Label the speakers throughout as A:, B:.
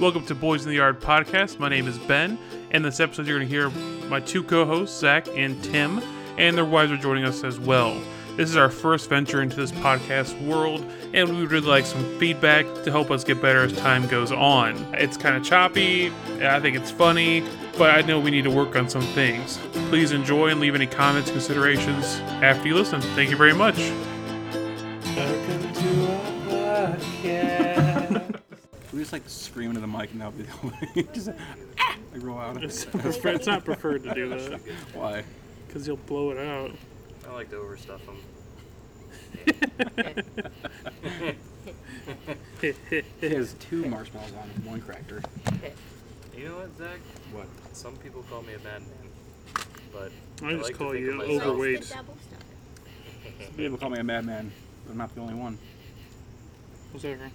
A: Welcome to Boys in the Yard podcast. My name is Ben, and this episode you're going to hear my two co-hosts Zach and Tim, and their wives are joining us as well. This is our first venture into this podcast world, and we would really like some feedback to help us get better as time goes on. It's kind of choppy, and I think it's funny, but I know we need to work on some things. Please enjoy and leave any comments, considerations after you listen. Thank you very much.
B: Welcome to our podcast.
C: We just like scream into the mic and that'll be the only just ah! like roll out.
D: It's, prefer- it's not preferred to do that
C: Why?
D: because you'll blow it out.
B: I like to overstuff them.
C: It has two marshmallows on it, and one cracker.
B: You know what, Zach?
C: What?
B: Some people call me a madman, but
D: I just
B: like to
D: call
B: think of
D: you
B: myself-
D: overweight.
C: People call me a madman, but I'm not the only one.
D: Whatever.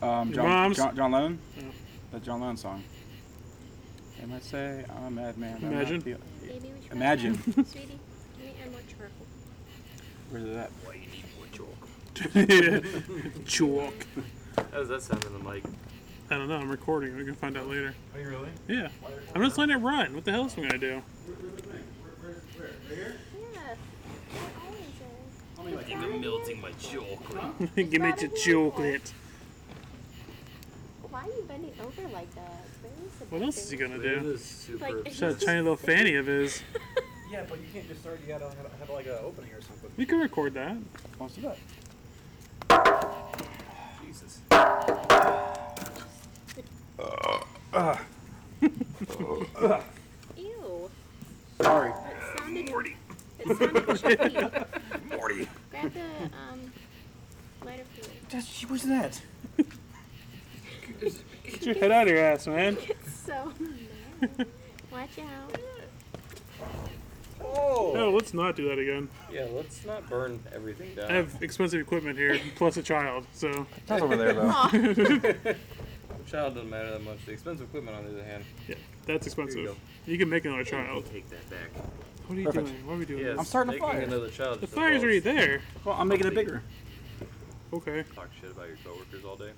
C: Um,
D: Your
C: John,
D: mom's-
C: John, John Lennon?
D: Yeah.
C: That John Lennon song. They might say I'm a madman. I'm not
D: Imagine.
C: the-
E: Baby, we should
C: Imagine.
E: have- Sweetie, give me and more charcoal.
C: Where's that?
B: Why you need more chalk?
D: Chalk.
B: How does that sound in the mic?
D: I don't know. I'm recording. We can find out later.
F: Oh,
B: Are you really?
D: Yeah. I'm just letting it run. What the hell else am I gonna do?
E: Yeah. they're always there.
B: You're melting my chalk.
D: Give me your chocolate.
E: Why are you bending over like that? It's very
D: What else is he
E: seductive.
D: gonna do?
E: Like,
B: super.
E: it's
D: That
E: just-
D: tiny little fanny of his.
C: Yeah, but you can't just start. You gotta have, like an opening or something.
D: We can record that.
C: What's that?
B: Jesus.
E: Ew.
C: Sorry.
E: It sounded. It sounded chunky.
C: Morty.
E: Grab the um, lighter fluid.
C: That's, what's that?
D: Get your head out of your ass, man.
E: It's so nice. Watch out.
D: No,
B: Oh.
D: let's not do that again.
B: Yeah, let's not burn everything down.
D: I have expensive equipment here, plus a child. So
C: That's over there though.
E: Aw.
B: Child doesn't matter that much. The expensive equipment, on the other hand.
D: yeah, that's
B: There you
D: expensive.
B: go.
D: You can make another child.
B: Take that back.
D: What are you
C: Perfect.
D: doing? What are we doing?
B: Yes,
C: I'm starting a
B: making
C: fire.
B: Another child
D: The
B: just
D: fire's already
B: involves
D: there.
C: Well, I'm making it bigger.
D: Okay.
B: Talk shit about your coworkers all day.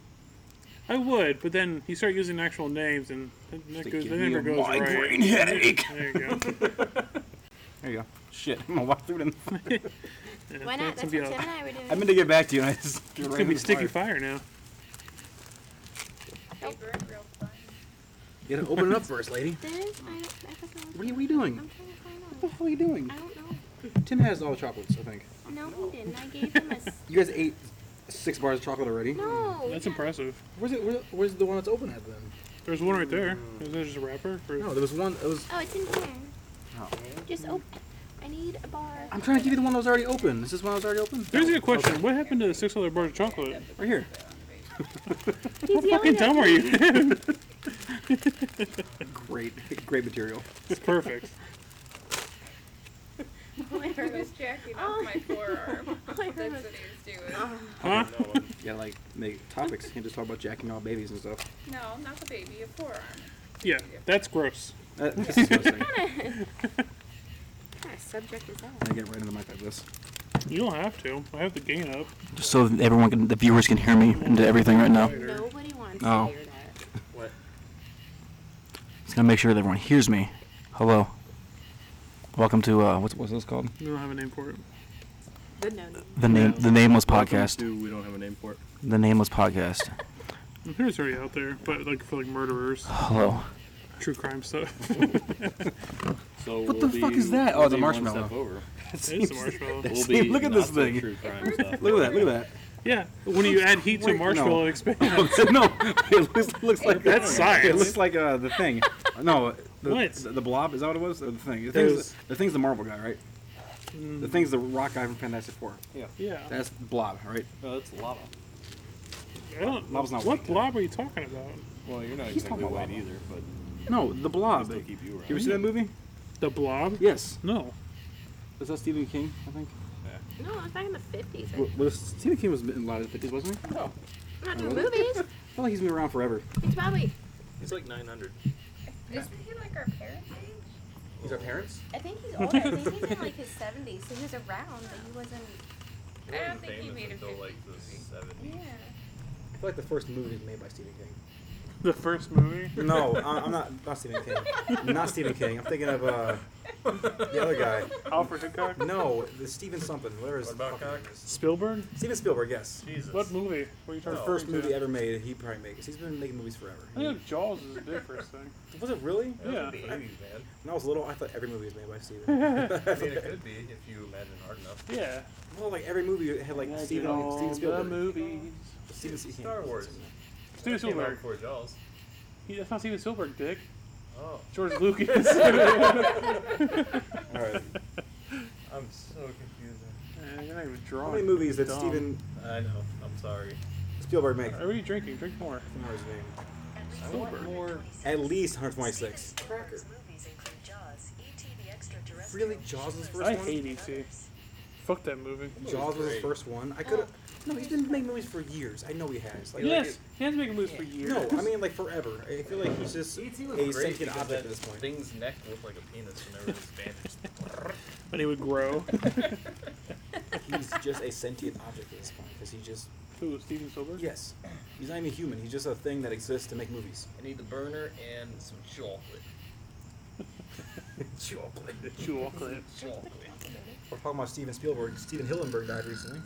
D: I would, but then you start using actual names, and that, that, goes, that never goes right.
C: headache.
D: There you go.
C: There you go. Shit, I'm gonna walk through it. In the-
D: Yeah,
E: Why not? That's what
D: something
E: Tim
D: else.
E: and I were doing.
C: I meant to get back to you, and I just get
D: It's
C: right
D: gonna be
C: in the
D: sticky
C: fire.
D: fire now.
C: You gotta open it up first, lady.
E: This? I, don't- I forgot
C: What are you- what are you doing?
E: I'm trying to find
C: What the
E: out.
C: hell are you doing?
E: I don't know.
C: Tim has all the chocolates, I think.
E: No, he didn't. I gave him a. s-
C: You guys ate six bars of chocolate already.
E: No.
D: That's
E: Oh, yeah.
D: impressive.
C: Where's it? Where, where's the one that's open at then?
D: There's one right there. Is that just a wrapper? Or-
C: No, there was one. It was.
E: Oh, it's in here.
C: Oh.
E: Just open. I need a bar.
C: I'm trying to give you the one that was already open. Is this one that was already open?
D: There's a good
C: Okay.
D: question. What happened to the six dollar bars of chocolate?
E: Oh,
C: Right here.
E: He's
D: How fucking
E: yelling at
D: dumb are
E: me.
D: you?
C: Great, great material.
D: it's perfect.
G: My arm is jacking off my
H: Oh
G: forearm. That's what he's doing.
H: Ah.
D: Huh?
C: Yeah, like make topics. You can't just talk about jacking all babies and stuff.
G: No, not the baby, a forearm.
D: Yeah, that's gross.
C: That, that's disgusting.
E: What kind of subject is that?
C: I get right into the mic like this.
D: You don't have to. I have the gain up.
I: Just so that everyone can, the viewers can hear me into everything right now.
E: Nobody wants
I: Oh.
E: to hear that.
B: What?
I: Just gonna make sure that everyone hears me. Hello. Welcome to uh, what's what's this called?
D: You don't have a name for it.
E: The no name.
I: The name, the nameless podcast.
C: we don't have a name for it.
I: The nameless podcast.
D: I'm sure it's already out there, but like for like murderers,
I: Hello.
D: true crime stuff.
F: So
C: What
F: we'll
C: the fuck
F: be-
C: is that? Oh,
F: we'll
C: the
F: be one
C: marshmallow.
F: step over.
D: it's a marshmallow.
F: We'll
C: See,
F: be
C: look at
F: not
C: this
F: so
C: thing.
F: True crime stuff.
C: Look at that. Look at
D: Yeah, when you add heat to
C: Wait, no.
D: marshmallow, it expands.
C: that. no, it looks, looks like
D: That's science.
C: It looks like uh, the thing. No, the,
D: What?
C: The, the blob is that what it was? Or the thing. The
D: It
C: thing's,
D: was-
C: the thing's the Marvel guy, right? The thing's the rock guy from Fantastic Four. Yeah.
D: Yeah.
C: Hmm. That's blob, right?
F: No, that's lava.
D: I don't.
C: Lob's not
D: what
C: white.
D: blob are you talking about?
F: Well, you're not
C: He's
F: exactly
C: talking
F: white
C: about lava.
F: either, but
C: No, the blob.
F: they'll
C: You
F: keep you around.
C: ever see that movie?
D: The blob?
C: Yes.
D: No.
C: Is that Stephen King? I think.
E: No, it was back in the 50s.
C: Well, well, Stephen King was in a lot of the 50s, wasn't he? I
E: Not doing movies.
C: feel like he's been around forever.
E: It's probably.
B: He's like 900.
G: Isn't he like our parents' age?
B: He's our parents?
E: I think he's older. I think he's in like his 70s. So he was around, but he wasn't.
G: I don't think he made a
B: until like the 70s.
G: Yeah.
C: I feel like the first movie was made by Stephen King.
D: The first movie?
C: No, I- I'm not. Not Stephen King. Not Stephen King. I'm thinking of uh, the other guy.
D: Alfred Hitchcock?
C: No, the Stephen something. Where is
F: What about
C: fucking-
F: cock?
D: Spielberg?
C: Steven Spielberg? Yes.
F: Jesus.
D: What movie? What are you
C: The
F: Oh,
D: talking
C: first
D: about?
C: movie ever made. He probably makes. He's been making movies forever.
D: I think Jaws is a different thing.
C: Was it really?
D: Yeah.
F: It could be, man.
C: When I was little, I thought every movie was made by Steven.
F: I mean, it could be if you imagine hard enough.
D: Yeah.
C: well, like every movie had like Steven, Steven Spielberg.
D: movies.
C: Steven Spielberg.
F: Star Wars.
D: Steven
F: Came out
D: Spielberg.
F: before Jaws.
D: He, that's not Steven Spielberg, Dick.
F: Oh,
D: George Lucas. yeah,
C: All right.
F: I'm so confused.
D: you're not even
C: How
D: drawing.
C: many movies did
D: Dumb.
C: Steven
F: I know. I'm sorry.
C: Spielberg make?
D: Are you drinking? Drink more.
C: I don't know his name.
F: I want more.
C: At least 126.
J: movies include Jaws, E.T. the Extraterrestrial.
C: Really, Jaws was the first
D: I
C: one.
D: hate E.T. Fuck that movie.
C: Jaws was his first one. I could have. No, he's been making movies for years. I know he has. Like,
D: Yes, he has been making movies for years.
C: Like, no, I mean like forever. I feel like he's just a sentient object at this point.
F: Thing's neck looked like a penis whenever it was bandaged.
D: But he would grow.
C: He's just a sentient object at this point because he just
D: Who? Steven Spielberg?
C: yes, he's not even human. He's just a thing that exists to make movies.
F: I need the burner and some chocolate. chocolate.
D: Chocolate.
F: Chocolate.
C: We're talking about Steven Spielberg. Steven Hillenburg died recently.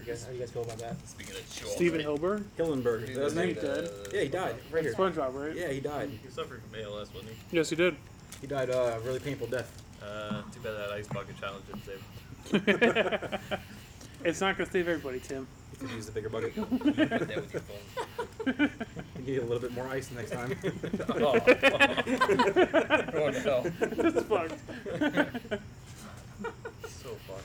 C: You guys, how do you guys feel about that?
F: Speaking of chocolate.
D: Steven Hilberg?
C: Hillenburg. Is that his name?
D: He dead?
C: Yeah, he died right here.
D: SpongeBob, right?
C: Yeah, he died.
F: He suffered from ALS, wasn't he?
D: Yes, he did.
C: He died uh, a really painful death.
F: Uh, too bad that ice bucket challenge didn't save him.
D: It's not gonna save everybody, Tim.
C: He could use the bigger bucket.
F: Hit that with your phone.
C: We need a little bit more ice next time.
F: Oh, fuck. Going to hell.
D: That's fucked.
F: So fucked.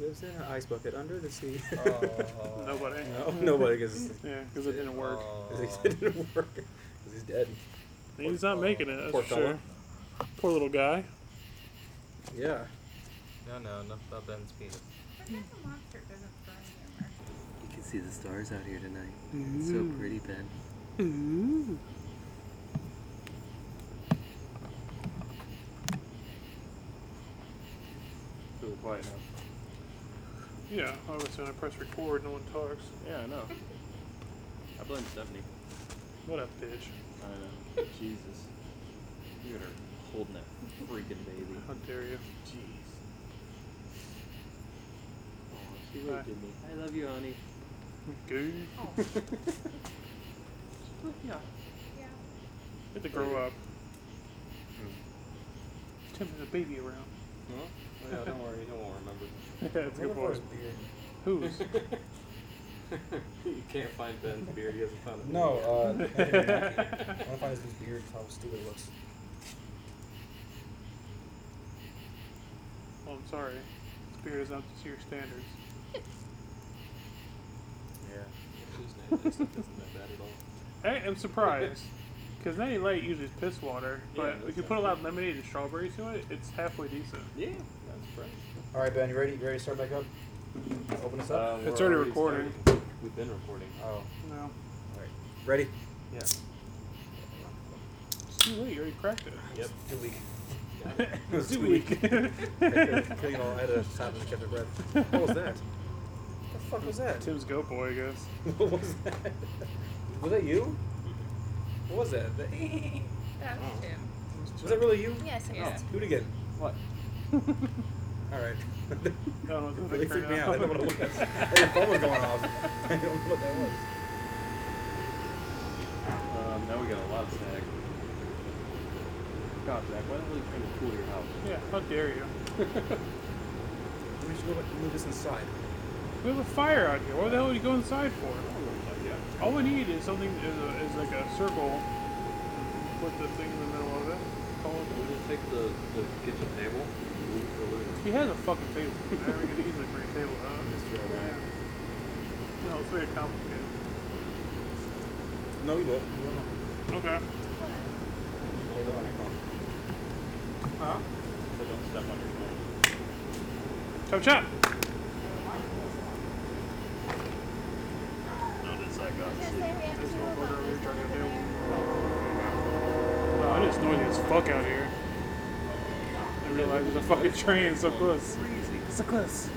C: Lives in an ice bucket under the sea.
F: Oh,
D: Nobody.
C: No, nobody gets.
D: Yeah, because it didn't work.
C: It didn't work. 'Cause he's dead.
D: He's not making it. That's
C: poor
D: for sure.
C: fella.
D: Poor little guy.
C: Yeah.
F: No, no, enough about Ben's penis.
K: You can see the stars out here tonight. It's so pretty, Ben.
L: Really quiet now.
D: Yeah, obviously when I press record, no one talks.
L: Yeah, I know.
K: I blame Stephanie.
D: What a bitch.
K: I know. Uh, Jesus. Look at her holding that freaking baby.
D: How dare you.
K: Jeez. Oh, she looked at me. I love you, honey.
D: Gay.
K: Yeah.
D: Get to grow up. Hmm. Tim has a baby around.
K: Huh? Oh, yeah, don't worry. You won't remember.
D: That's a good boy.
C: beard.
D: Who's?
K: you can't find Ben's beard. He hasn't found it.
C: No, uh, I want to find his beard how stupid it looks.
D: Well, I'm sorry. His beard is not to your standards.
K: isn't that bad at all.
D: I am surprised. Because Natty Light uses piss water, but
K: Yeah,
D: if you
K: that's
D: put a lot of lemonade and strawberry to it, it's halfway decent.
K: Yeah, that's fresh.
C: All right, Ben, you ready? You ready to start back up? Open us up.
K: Um, we're
D: It's already recorded.
K: starting. We've been recording.
C: oh,
D: No.
C: ready?
K: Yeah.
D: It's too late. You already cracked it.
K: Yep.
C: Too weak.
D: It's too weak.
C: Killing all. I had to stop and kept it red. What was that? The fuck was that?
D: Tim's go boy, I guess.
C: What was that? Was that you? What was that? That-
G: That's Tim.
C: Was that really you?
E: Yes, it
G: Yeah.
E: was.
C: Do it again.
K: What?
C: All right.
D: I don't know
C: It
D: if
C: really
D: that's
C: freaked
D: turned
C: me out. I
D: out.
C: didn't want to look at it. Hey, the phone was going off. I don't know what that was.
K: Um, now we got a lot of snack. God, Zach, why don't we try to cool your house?
D: Yeah, how dare you?
C: We should go back move this inside.
D: We have a fire out here. What the hell would you go inside for? All we need is something is, a, is like a circle. Put the thing in the middle of it. Call
K: We'll
D: it.
K: just take the, the kitchen table. and move it over there.
D: He has a fucking table. I mean, could easily bring a table out. Yeah. No, it's very complicated.
C: No, you don't.
D: Okay.
C: Huh?
K: So don't step on your phone.
D: Chop chop.
F: No, did Zach got
E: Because they have
D: There's
E: two
D: no
E: of
D: order
E: them.
D: we were
E: There's
D: trying to
E: one
D: do.
E: over there.
D: Wow, it is noisy as fuck out here. I realize there's a fucking train so close. So close.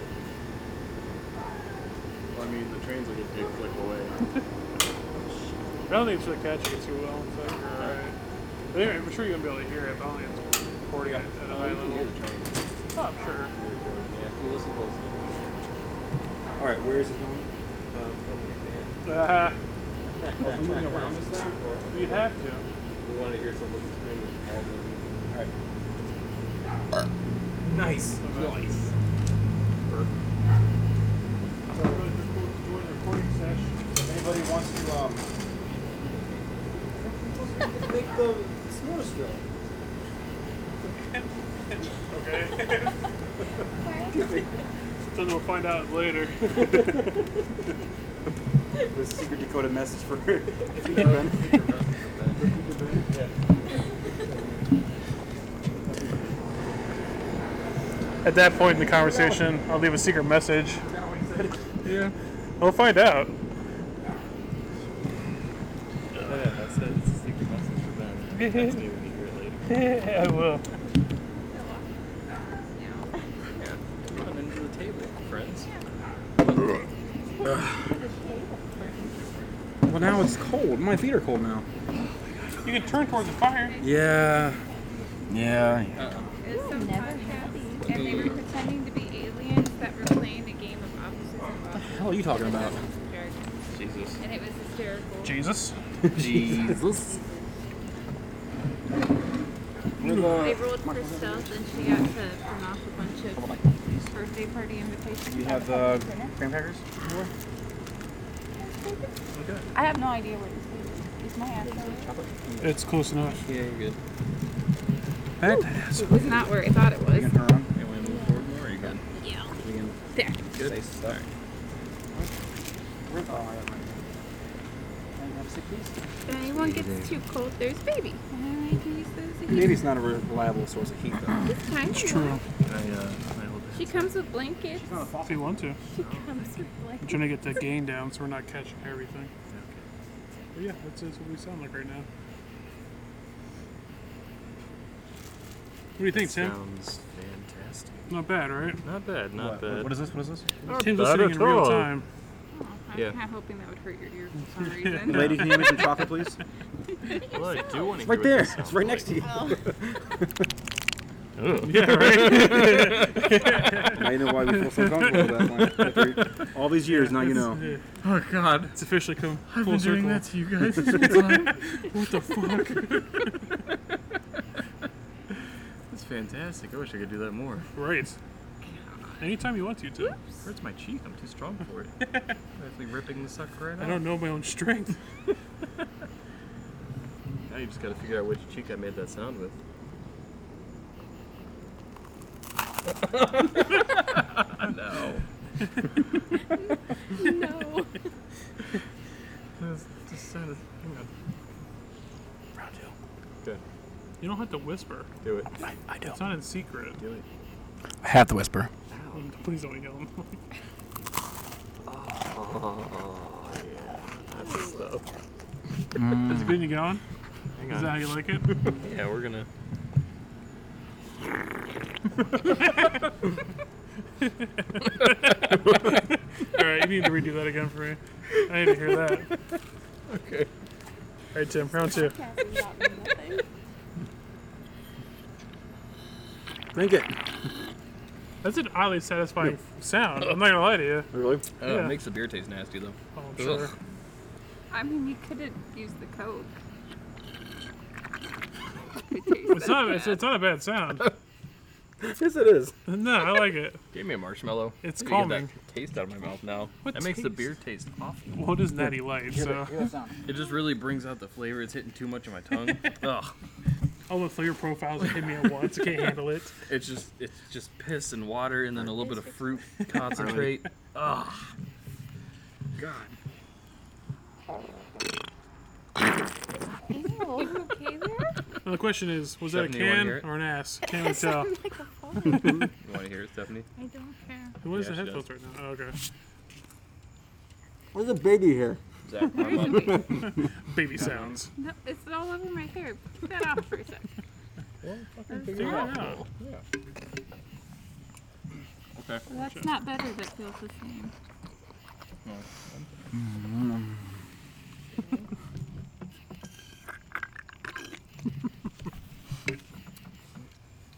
F: I mean, the train's like a dick flick away.
D: I don't think it's really catching it too well. So I think you're alright. But anyway, I'm sure you're gonna be able to hear it. But I don't think it's recording it at a high level. Oh, I'm sure.
B: Yeah, if you listen closely.
M: All right, where is it going?
B: Um, okay,
D: Uh,
C: Oh,
B: man.
D: you'd have to.
B: We want to hear someone's screaming. all the-
M: All right. Nice.
D: Nice. Join the recording session.
M: If anybody wants to, um, make the s'mores grill.
D: Okay. Then we'll find out later.
C: The secret Dakota message for her.
D: At that point in the conversation, I'll leave a secret message. Yeah. We'll find out.
B: Yeah, that's it. It's a secret message for them. That's me when you hear it later.
D: I will.
B: Come on into the table, friends.
C: Well, now it's cold. My feet are cold now.
D: You can turn towards the fire.
C: Yeah. Yeah.
G: Is some podcasts, and they were pretending to be aliens that were playing a game of opposites and opposites.
C: hell are you talking about?
B: Jesus.
G: And it was hysterical.
D: Jesus.
C: Jesus.
G: They rolled for stealth, and she got to print off a bunch of birthday party invitations.
C: You have the graham crackers?
H: I have no idea what this is. Is my ass chocolate?
D: It's close enough.
B: Yeah, you're good.
G: It was not where I thought it was.
B: You want to move forward more? Or you good?
G: Yeah.
B: We can
G: There.
B: good. Nice. All right.
G: If anyone gets too cold, there's baby. And I can use those as a heat.
C: Baby's not a re- reliable source of heat, though.
G: It's kind of true.
B: Can I, uh, can I hold
G: She comes with blankets.
D: If you want to.
G: She comes with
D: I'm
G: blankets.
D: trying to get the gain down so we're not catching everything. But yeah, that's, that's what we sound like right now. What do you think,
B: it?
D: Tim?
B: Sounds fantastic.
D: Not bad, right?
B: Not bad, not bad.
C: What is this? What is this?
B: Not
D: Tim's
B: bad
D: listening
B: at
D: in real
B: all.
D: time.
G: Oh, I'm
B: Yeah.
G: kind of hoping that would hurt your ear for some reason.
C: Lady, can you make some chocolate, please?
B: Well, I do want to
C: Right there. It's right next to you.
E: Oh.
D: Yeah, right?
C: Now you know why we feel so comfortable with that one. After all these years, now you know.
B: Oh, God.
D: it's officially come
B: I've
D: full
B: been
D: circle.
B: doing that to you guys this whole time.
D: What the fuck?
B: That's fantastic. I wish I could do that more.
D: right. Anytime you want to, Tim.
B: Hurts my cheek. I'm too strong for it. I'm actually ripping the sucker right
D: I
B: out.
D: don't know my own strength.
B: Now you just gotta figure out which cheek I made that sound with. no.
G: no.
B: That's just sounded. Hang on.
N: Round two.
B: Good.
D: You don't have to whisper.
B: Do it.
N: I, I do.
D: It's not in secret.
B: Do it.
N: I have to whisper.
D: Please don't yell.
B: Oh, yeah. That's the stuff.
D: Is it good and you going?
B: Hang
D: Is that how
B: on.
D: you like it?
B: Yeah, we're gonna.
D: All right, you need to redo that again for me. I need to hear that. All
B: Okay.
D: right, Tim, round two.
C: Drink it.
D: That's an oddly satisfying sound. I'm not gonna lie to you.
C: Really?
B: Oh,
D: Yeah.
B: It makes the beer taste nasty though.
D: Oh, I'm sure.
B: Ugh.
G: I mean, you couldn't use the Coke.
D: It's not. It's, it's not a bad sound.
B: Yes, it is.
D: No, I like it.
B: Gave me a marshmallow.
D: It's
B: I need to get
D: calming.
B: That taste out of my mouth now.
D: What
B: that makes the
D: taste?
B: beer taste awful.
D: Well, it is natty light, so
B: It just really brings out the flavor. It's hitting too much of my tongue. Ugh.
D: all the flavor profiles hit me at once. I can't handle it.
B: It's just it's just piss and water and then a little bit of fruit concentrate. Ugh.
G: You okay there?
D: Now the question is, was that a
B: Stephanie, you wanna
D: can
B: hear it?
D: or an ass? Can't really tell.
B: You want to hear it, Stephanie?
G: I don't care.
D: What is
B: Yeah,
D: the
B: she
D: head
B: does.
D: filter now? Oh, okay.
C: Where's the baby here?
B: Zach, I'm up.
D: Baby sounds.
G: No, it's all over my hair. Put that off for a sec.
D: Figure it out.
B: Okay.
G: That's not better. That feels the same.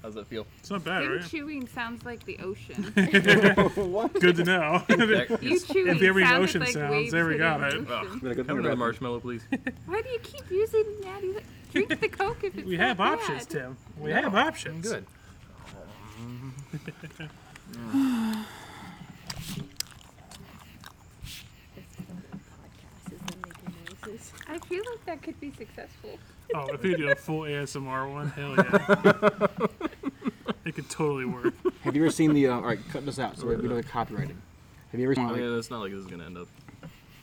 B: How's that feel?
D: It's not bad,
G: Your
D: right?
G: chewing sounds like the ocean.
D: Good to know.
G: You chewing
D: if there were
G: sounded
D: ocean
G: like
D: sounds,
G: waves
D: there we
G: hitting
D: got
G: the
D: it.
G: ocean.
B: Have another marshmallow, please.
G: Why do you keep using Natty? Like, Drink the Coke if it's
D: We
G: that
D: have
G: bad.
D: options, Tim. We have options.
B: Good.
G: I feel like that could be successful.
D: Oh, if we do a full ASMR one, hell yeah. it could totally work.
L: Have you ever seen the? Uh, all right, cut this out so we we don't get copyrighted. Have you ever seen?
B: I
L: Like,
B: mean, it's Oh, not like this is gonna end up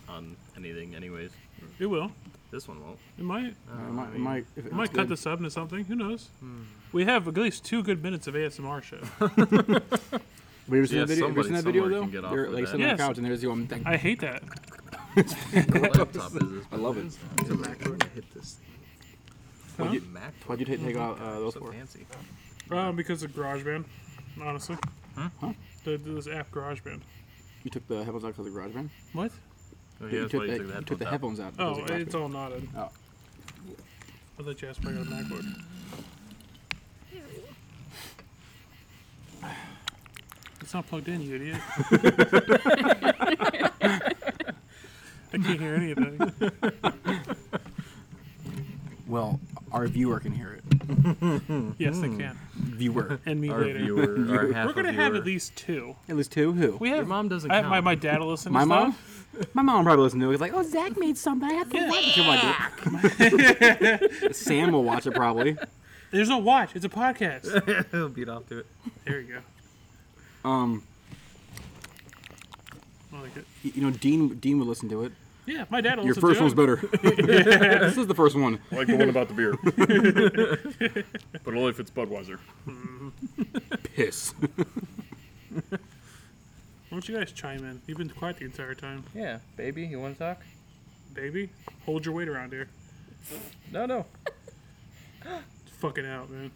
B: on anything, anyways.
D: It will.
B: This one won't.
D: It might.
B: Uh, it might- it might- if
D: It
B: it's
D: might cut
B: good.
D: this up into something. Who knows? We have at least two good minutes of ASMR show.
L: have you ever seen that video? Have you ever seen that video though? They're like sitting on
D: Yes.
L: the couch and there's you. I'm thinking.
D: I hate that.
L: I love it.
B: It's a MacBook. Hit this.
L: Why'd you,
B: Mac.
L: why'd you take, take out uh, those four?
B: Fancy. Oh,
D: Uh, because of GarageBand, honestly. Huh? The, this app GarageBand.
L: You took the headphones out because of the garage band.
D: What?
B: Oh,
L: You took the- you took the headphones out.
D: Oh,
L: because of
D: it's
L: GarageBand.
D: all knotted.
L: Oh.
D: I thought you asked me on MacBook. It's not plugged in, you idiot. I can't hear anything.
L: Well, our viewer can hear it.
D: yes, they can.
L: Viewer.
D: And me
L: Hmm. Our
D: later.
L: viewer, our
D: We're
L: half a
D: gonna have
L: viewer.
D: at least two.
L: At least two. Who?
D: We have
B: Your mom doesn't
D: I have my,
B: count.
D: my dad will listen. to
L: My mom.
D: stuff.
L: My mom probably listened to it. Like, oh, Zach made something. I have to watch it. I'm like, "Dude." Sam will watch it probably.
D: There's no watch. It's a podcast.
B: He'll beat off to it.
D: there you go.
L: Um,
D: I like it.
L: y- you know, Dean Dean would listen to it.
D: Yeah, my dad will
L: Your
D: listen
L: first
D: to
L: one's
D: it.
L: better. this is the first one.
O: Like the one about the beer. but only if it's Budweiser.
L: Piss.
D: Why don't you guys chime in? You've been quiet the entire time.
B: Yeah, baby, you want to talk?
D: Baby, hold your weight around here.
B: No, no.
D: It's fucking out, man.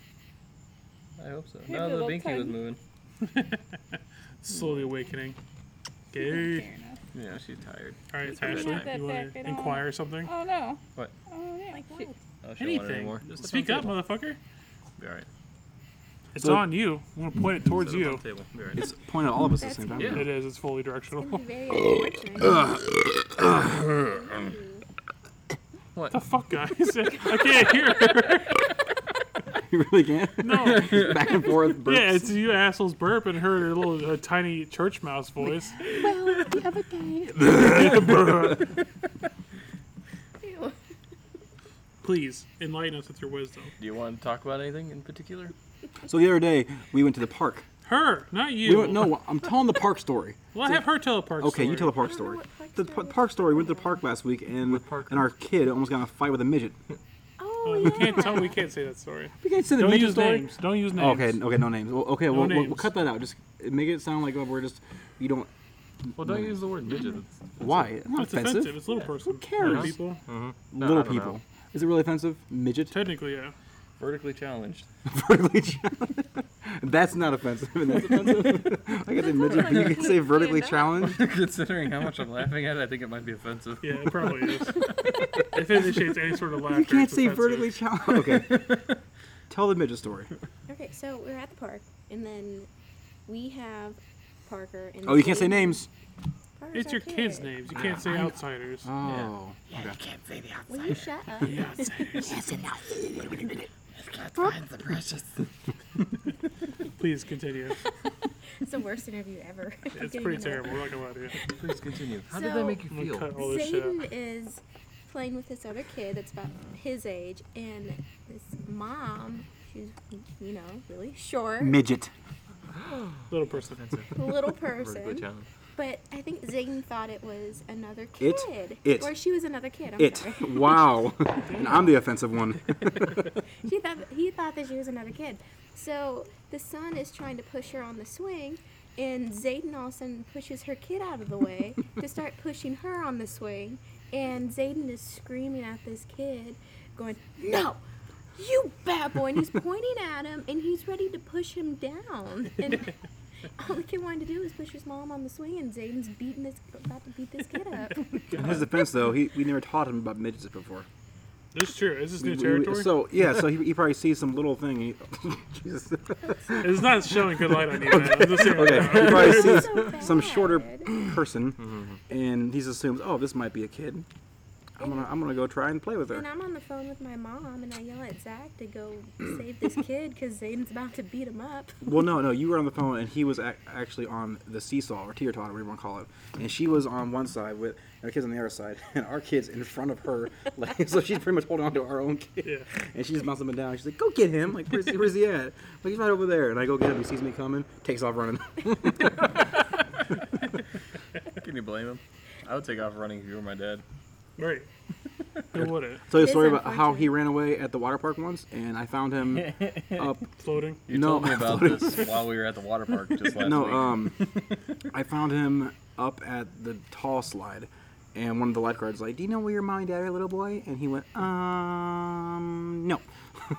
B: I hope so.
D: Hey,
B: No, the
D: little
B: binky was
D: tongue.
B: moving.
D: Slowly awakening. Gay.
B: Yeah, she's tired.
D: All right,
B: It's her
D: Ashley,
B: bedtime.
D: you want to inquire something?
P: Oh no.
B: What?
P: Oh yeah. She-
B: Oh, she don't want it
D: Anything.
B: anymore. Just
D: Speak
B: the
D: up, motherfucker.
B: Be all right.
D: It's
L: So-
D: on you. I'm gonna point it towards
B: Set it
D: you.
B: up on the table. Be all right.
L: It's pointed at all of us at the same time.
D: It is. It's fully directional.
B: What
D: the fuck, guys? I can't hear.
L: You really can't.
D: No.
L: Back and forth. Burps.
D: Yeah, it's you assholes burp and her little uh, tiny church mouse voice.
P: Well, the other day.
D: Please enlighten us with your wisdom.
B: Do you want to talk about anything in particular?
L: So the other day we went to the park.
D: Her, not
L: We
D: you.
L: went, no, I'm telling the park story.
D: Well, have her tell a park
L: okay,
D: story.
L: you tell the park story. The p- park story went to the park last week, and and our kid almost got in a fight with a midget.
D: Oh, you can't tell. We can't say that story.
L: We can't say the
D: Don't
L: midget
D: use
L: story.
D: names. Don't use
L: Oh,
D: names.
L: Okay, okay, no names. Well, okay,
D: No
L: we'll, we'll- we'll
D: names.
L: cut that out. Just make it sound like oh, we're just you don't.
B: Well, don't
L: no.
B: use the word midget. It's,
L: Why? It's not
D: It's offensive.
L: offensive.
D: It's little person.
L: Who cares?
D: Little people.
B: No, I
L: Little
B: don't know.
L: people. Is it really offensive? Midget.
D: Technically, yeah.
B: Vertically challenged.
L: vertically challenged. That's not offensive. and That's offensive. I guess a midget. but You can say vertically challenged.
B: Considering how much I'm laughing at, I think it might be offensive.
D: Yeah, it probably is. if it initiates any sort of laughter,
L: You can't
D: it's
L: say
D: offensive.
L: vertically challenged. Okay. Tell the midget story.
E: Okay, so we were at the park, and then we have Parker. And
L: Oh, you can't say names.
E: Parker's
D: It's
E: our
D: your
E: kid.
D: kids' names.
L: Ah,
D: You can't say
L: I know.
D: outsiders.
L: Oh. okay.
E: Will you shut up?
L: uh,
D: Please continue.
E: it's the worst interview ever. I'm
D: It's
E: getting
D: pretty
E: it.
D: terrible. We're not gonna lie to you.
B: Please continue.
E: So,
D: I'm gonna Cut all this shit.
E: Zayden is playing with this other kid that's about his age, and this mom, she's, you know, really short.
L: Midget.
D: Little person.
E: Little person.
B: challenged.
E: But I think Zayden thought it was another kid.
L: It? It.
E: Or she was another kid. I'm
L: It.
E: sorry.
L: Wow. And I'm the offensive one.
E: She thought he thought that she was another kid. So the son is trying to push her on the swing, and Zayden all of a sudden pushes her kid out of the way to start pushing her on the swing, and Zayden is screaming at this kid, going, "No, you bad boy!" And he's pointing at him, and he's ready to push him down. And all the kid wanted to do was push his mom on the swing, and Zayden's beating this, about to beat this kid up.
L: In his defense, though, he we never taught him about midgets before.
D: It's true. Is this
L: We-
D: new
L: we- we-
D: territory?
L: So yeah, so he, he probably sees some little thing. He, Jesus.
D: It's not showing good light on you, man. I'm just
L: okay.
D: saying
L: okay.
D: right
L: He
D: now.
L: probably
D: It's so
L: sees some shorter person, and he just assumes, oh, this might be a kid. I'm gonna I'm gonna go try and play with her.
E: And I'm on the phone with my mom, and I yell at Zach to go save this kid because Zayden's about to beat him up.
L: Well, no, no, you were on the phone, and he was ac actually on the seesaw or teeter totter, whatever you want to call it. And she was on one side with and the kids on the other side, and our kids in front of her. Like, so she's pretty much holding on to our own kid, and she just bouncing him and down. She's like, "Go get him! Like, where's, where's he at? Like, he's right over there." And I go get him. He sees me coming, takes off running.
B: Can you blame him? I would take off running if you were my dad.
D: Right. It wouldn't.
L: Tell you a story about how he ran away at the water park once, and I found him up
D: Floating?
B: You
L: no,
B: told me about
L: floating.
B: this while we were at the water park just last
L: no,
B: week.
L: um, I found him up at the tall slide, and one of the lifeguards like, "Do you know where your mom and dad are, little boy?" And he went, "Um, no."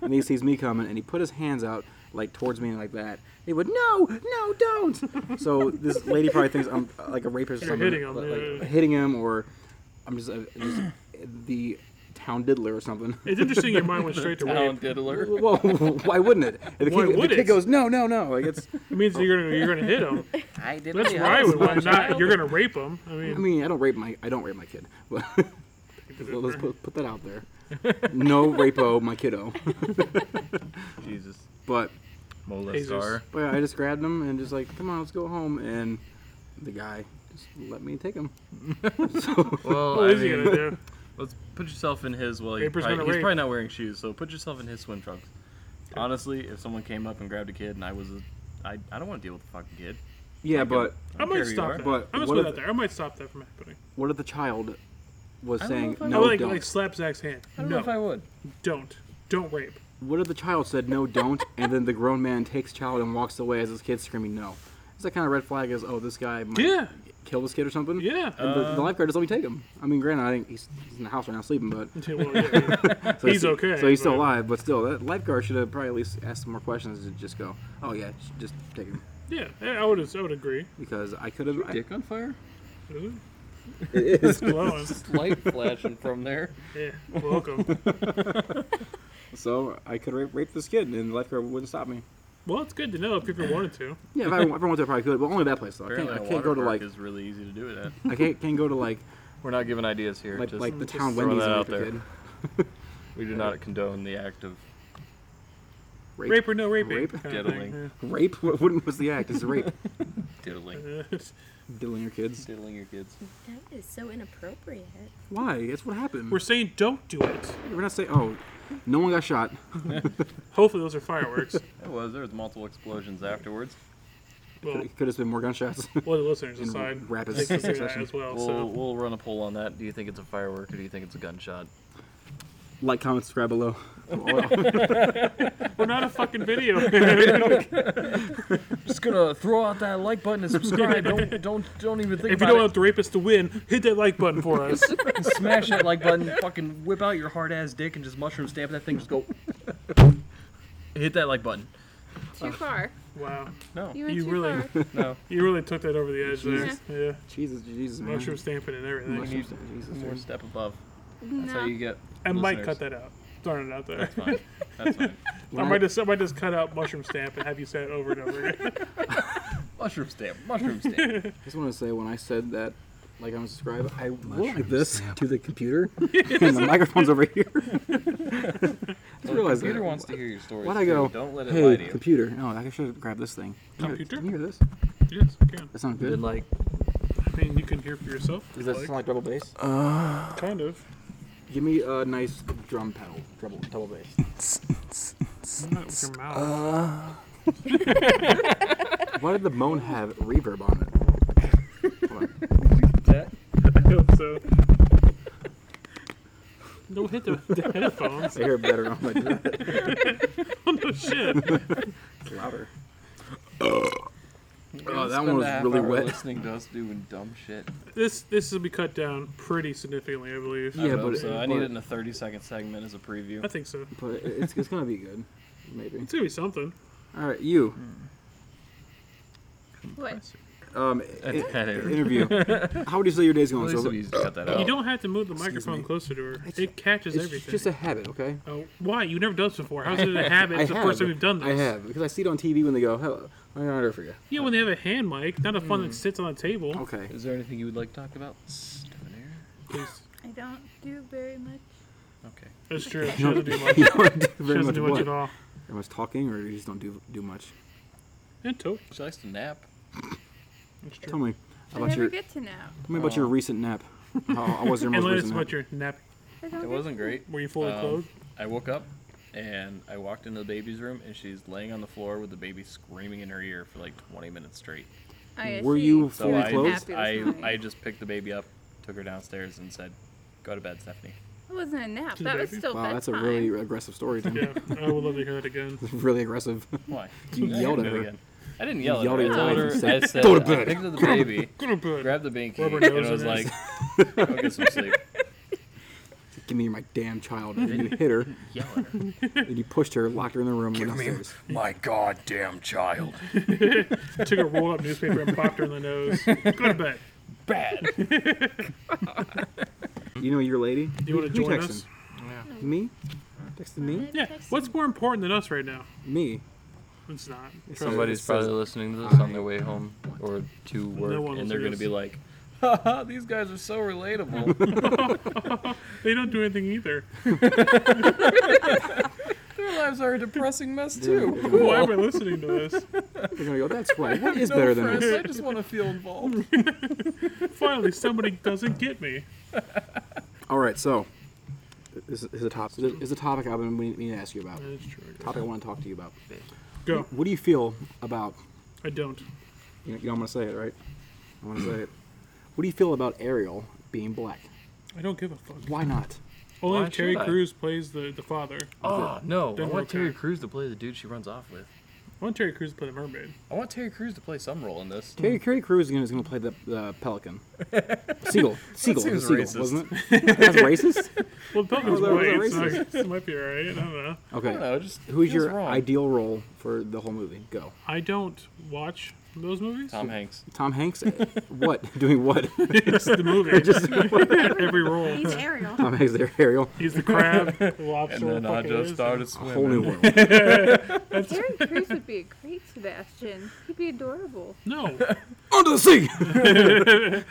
L: and he sees me coming, and he put his hands out like towards me like that. He went, "No, no, don't!" So this lady probably thinks I'm uh, like a rapist or
D: You're
L: something,
D: hitting him,
L: like,
D: yeah, yeah, yeah.
L: hitting him, or I'm just, uh, just the town diddler or something.
D: It's interesting your mind went straight to
B: uh,
D: rape. Town diddler.
L: Well, why wouldn't it? If the
D: Why
L: kid, if
D: would
L: the kid
D: it?
L: goes, "No, no, no!" Like it's
D: It means you're gonna you're gonna hit him.
B: I
L: did
D: That's
L: my
D: where I would
L: husband.
D: want not. You're gonna rape him. I
L: I
D: mean,
L: mean, I don't rape my I don't rape my kid. But let's put, put that out there. No rapo my kiddo.
B: Jesus.
L: But
B: Molestar.
L: But yeah, I just grabbed him and just like, come on, let's go home. And the guy just let me take him. So-
B: Well, I mean, Let's put yourself in his. Well, he
L: Raper's
B: probably,
L: gonna
B: he's
L: rape.
B: probably not wearing shoes, so put yourself in his swim trunks. Honestly, if someone came up and grabbed a kid and I was, a, I, I don't want to deal with the fucking kid.
L: Yeah,
B: Like,
L: but
D: I might stop that.
L: But
D: I'm just
L: what
D: put
L: if,
D: that there. I might stop that from happening.
L: what if the child was
D: I don't know
L: saying
D: if I
L: no?
D: would. I like,
L: don't.
D: like slap Zach's hand.
B: I don't
D: no,
B: know if I would.
D: Don't. Don't rape.
L: What if the child said no, don't, and then the grown man takes child and walks away as his kid screaming no? Is that kind of red flag? Is oh this guy might
D: Yeah.
L: kill this kid or something?
D: Yeah.
L: And the,
D: Uh,
L: the lifeguard just let me take him. I mean, granted, I think he's, he's in the house right now sleeping, but
D: Yeah, well, yeah, yeah.
L: So
D: He's okay,
L: So he's still
D: but-
L: alive, but still, that lifeguard should have probably at least asked some more questions and just go, oh yeah, j- just take him
D: Yeah, I I would I would agree.
L: because I could have.
B: dick on fire?
D: Is it?
L: It is.
D: It's glowing.
B: Just light flashing from there.
D: Yeah. Welcome.
L: so I could rape, rape this kid, and the lifeguard wouldn't stop me.
D: well, it's good to know if people wanted to.
L: Yeah, if I, if I wanted to, I probably could, but only that place though. I can't,
B: Apparently,
L: I
B: a
L: can't
B: water
L: go to
B: park
L: like
B: is really easy to do it at.
L: I can't, can't go to like
B: We're not giving ideas here.
L: Like-
B: just
L: like the
B: just
L: town
B: throwing
L: Wendy's
B: that
L: and
B: out there.
L: rape
B: we do not condone the act of.
L: rape,
D: Rape or no raping
L: Rape,
D: kind of thing, Diddling. yeah.
L: rape. What, what was the act? It's rape.
B: Diddling.
L: Diddling your kids.
B: Diddling your kids.
E: That is so inappropriate.
L: Why? That's what happened.
D: We're saying don't do it.
L: We're not saying. Oh, no one got shot.
D: Hopefully those are fireworks.
B: It was. There was multiple explosions afterwards.
D: Well,
L: Could have been more gunshots.
D: well, the listeners
L: In
D: aside,
L: rapid
D: they consider that
L: succession.
D: as well.
B: we'll,
D: so
B: we'll run a poll on that. Do you think it's a firework or do you think it's a gunshot?
L: Like, comment, subscribe below.
D: we're not a fucking video.
B: Just gonna throw out that like button and subscribe. Don't don't don't even think
D: if you
B: about
D: don't
B: it.
D: want the rapist to win, hit that like button for us.
B: Smash that like button. Fucking whip out your hard ass dick and just mushroom stamp that thing. Just go. Hit that like button.
G: Too far.
D: Wow.
B: No.
G: You went too
D: really,
G: far.
B: No.
D: you really took that over the edge
G: Jesus.
D: there. Yeah.
L: Jesus, Jesus, man.
D: Mushroom stamping and everything.
B: You need more step above. That's
G: No.
B: how you get.
D: I might
B: listeners.
D: cut that out. Throwing it out there.
B: That's fine. That's fine.
D: I might just I might just cut out mushroom stamp and have you say it over and over again.
B: Mushroom stamp. Mushroom stamp.
L: I just want to say when I said that, like I'm subscribe, I went like this to the computer, and the microphone's over here. I
B: Well,
L: just realized
B: computer
L: that.
B: wants to hear your stories,
L: Why'd I
B: too.
L: go?
B: Don't let it
L: hey,
B: lie to you."
L: computer. No, I should grab this thing.
D: Computer?
L: Can you hear this?
D: yes, I can.
L: That sounds good.
B: like,
D: I mean, you can hear for yourself.
L: does that
D: Like,
L: sound like double bass? Uh,
D: kind of.
L: Give me a nice drum pedal, double, double bass.
D: Not with your mouth.
L: uh, Why did the moan have reverb on it?
D: I hope so. Don't hit the, the headphones.
L: I hear it better on my
D: oh, no shit.
L: It's louder.
B: We're
L: Oh,
B: gonna
L: that
B: spend
L: one
B: a
L: was
B: half
L: really
B: hour
L: wet.
B: Listening to us doing dumb shit.
D: This this will be cut down pretty significantly, I believe.
B: I hope so I need it in a thirty-second segment as a preview.
D: I think so.
L: But it- it's, it's gonna be good, maybe.
D: It's gonna be something.
L: All right, you.
G: What?
L: um,
B: That's
L: i-
B: kinda-
L: interview. How would you say your day's going?
B: Well, it's easy to cut that
D: You don't have to move the microphone closer to her. it catches
L: Oh. it's
D: everything.
L: just a habit, okay?
D: Oh, why? You've never done this before. How's it a habit? It's the first time you've done this.
L: I have because I see it on TV when they go, "Hello, I'm on for you."
D: Yeah, when they have a hand mic, not a fun
L: Mm.
D: that sits on a table.
L: Okay.
D: Is there anything you would like to talk about? Please.
G: I don't do very much.
D: Okay. That's true. She
L: You
D: doesn't
L: don't,
D: do much.
L: you don't do
D: she
L: very
D: doesn't
L: much,
D: do much
L: what?
D: at all.
L: How much talking, or you just don't do do much?
D: And tote.
B: She likes to nap.
D: That's
L: Tell me
G: I
L: about
G: never
L: your.
G: get to nap.
L: Tell me about your recent nap. How, how was your most
D: and let us
L: recent nap?
D: about your nap.
G: I
B: It
G: don't
B: wasn't great.
D: Were you fully clothed?
B: I woke up and I walked into the baby's room and she's laying on the floor with the baby screaming in her ear for like 20 minutes straight.
G: I
L: Were you
B: So
L: fully
B: I,
L: clothed?
B: I,
G: Happy with my-
B: I just picked the baby up, took her downstairs, and said, Go to bed, Stephanie.
G: It wasn't a nap.
D: To the
G: That was
D: baby?
G: still
L: Wow,
G: bedtime.
L: that's a really aggressive story, Tim.
D: Yeah, I would love to hear that again.
L: really aggressive.
B: Why?
L: You
B: I
L: yelled
B: didn't
L: at
B: do it
L: her.
B: again. I didn't
L: You
B: yell
L: yelled
B: at her. I
L: your
B: told
L: wife and
B: her.
L: said,
B: I said,
L: "Go to
B: I
L: bed."
B: picked up the baby,
D: Go to bed.
B: grabbed the binky,
D: Rubber
B: and
D: nose
B: I was
D: in
B: like,
D: it.
B: Go get some sleep.
L: Give me my damn child. And you hit her.
B: Yell at her.
L: and you pushed her, locked her in the room. and downstairs.
B: my goddamn child.
D: Took a rolled up newspaper and popped her in the nose. Go to bed.
B: Bad.
L: You know your lady?
D: You wanna
L: Who- who
D: join
L: texting?
D: us? Yeah.
L: Me? Texting me?
D: Yeah. What's more important than us right now?
L: Me.
D: It's not. Trust me.
B: Somebody's
L: It says-
B: probably listening to this on their way home or to
D: No
B: work,
D: one
B: and they're going to
D: listens.
B: be like, Haha, these guys are so relatable.
D: they don't do anything either.
B: Their lives are a depressing mess,
L: Dude,
B: too.
L: they're gonna-
D: Why am I listening to this?
L: They're gonna go. That's right. What
B: I
L: is
B: have no
L: better than
B: friends,
L: this?
B: I just want to feel involved.
D: Finally, somebody doesn't get me.
L: All right, so this is a topic. This is a topic I've been meaning to ask you about.
D: That's true.
L: Topic I want to talk to you about.
D: Go.
L: What do you feel about?
D: I don't.
L: You, you don't want to say it, right? I want to say it. What do you feel about Ariel being black?
D: I don't give a fuck.
L: Why not?
D: Only
B: Why
D: if Terry
B: should I?
D: Crews plays the, the father.
B: Oh, no. I
D: Don't
B: want
D: work
B: Terry
D: out.
B: Crews to play the dude she runs off with.
D: I want Terry Crews to play the mermaid.
B: I want Terry Crews to play some role in this.
L: Terry, Terry Crews is gonna- is going to play the, the pelican. Seagull. Seagull. It was
B: seems
L: a
B: racist.
L: seagull, wasn't it? That's racist.
B: Oh,
D: Well, the Pelican's
L: Was that- was
D: white,
L: that
D: so
L: racist?
D: it might be alright. I don't know.
L: Okay.
B: know, it just
L: Who's
B: feels
L: your
B: wrong.
L: ideal role for the whole movie? Go.
D: I don't watch those movies.
B: Tom Hanks.
L: Tom Hanks. eh, what? Doing what?
D: It's the movie.
L: Just-
D: Every role.
G: He's Ariel.
L: Tom Hanks. There, Ariel.
D: He's the crab, the lobster.
B: And then I
D: fucking
B: just
D: is.
B: started
L: A whole new
B: swimming.
L: world.
G: Terry Crews would be a great Sebastian. He'd be adorable.
D: No.
L: Under the sea.
D: Well,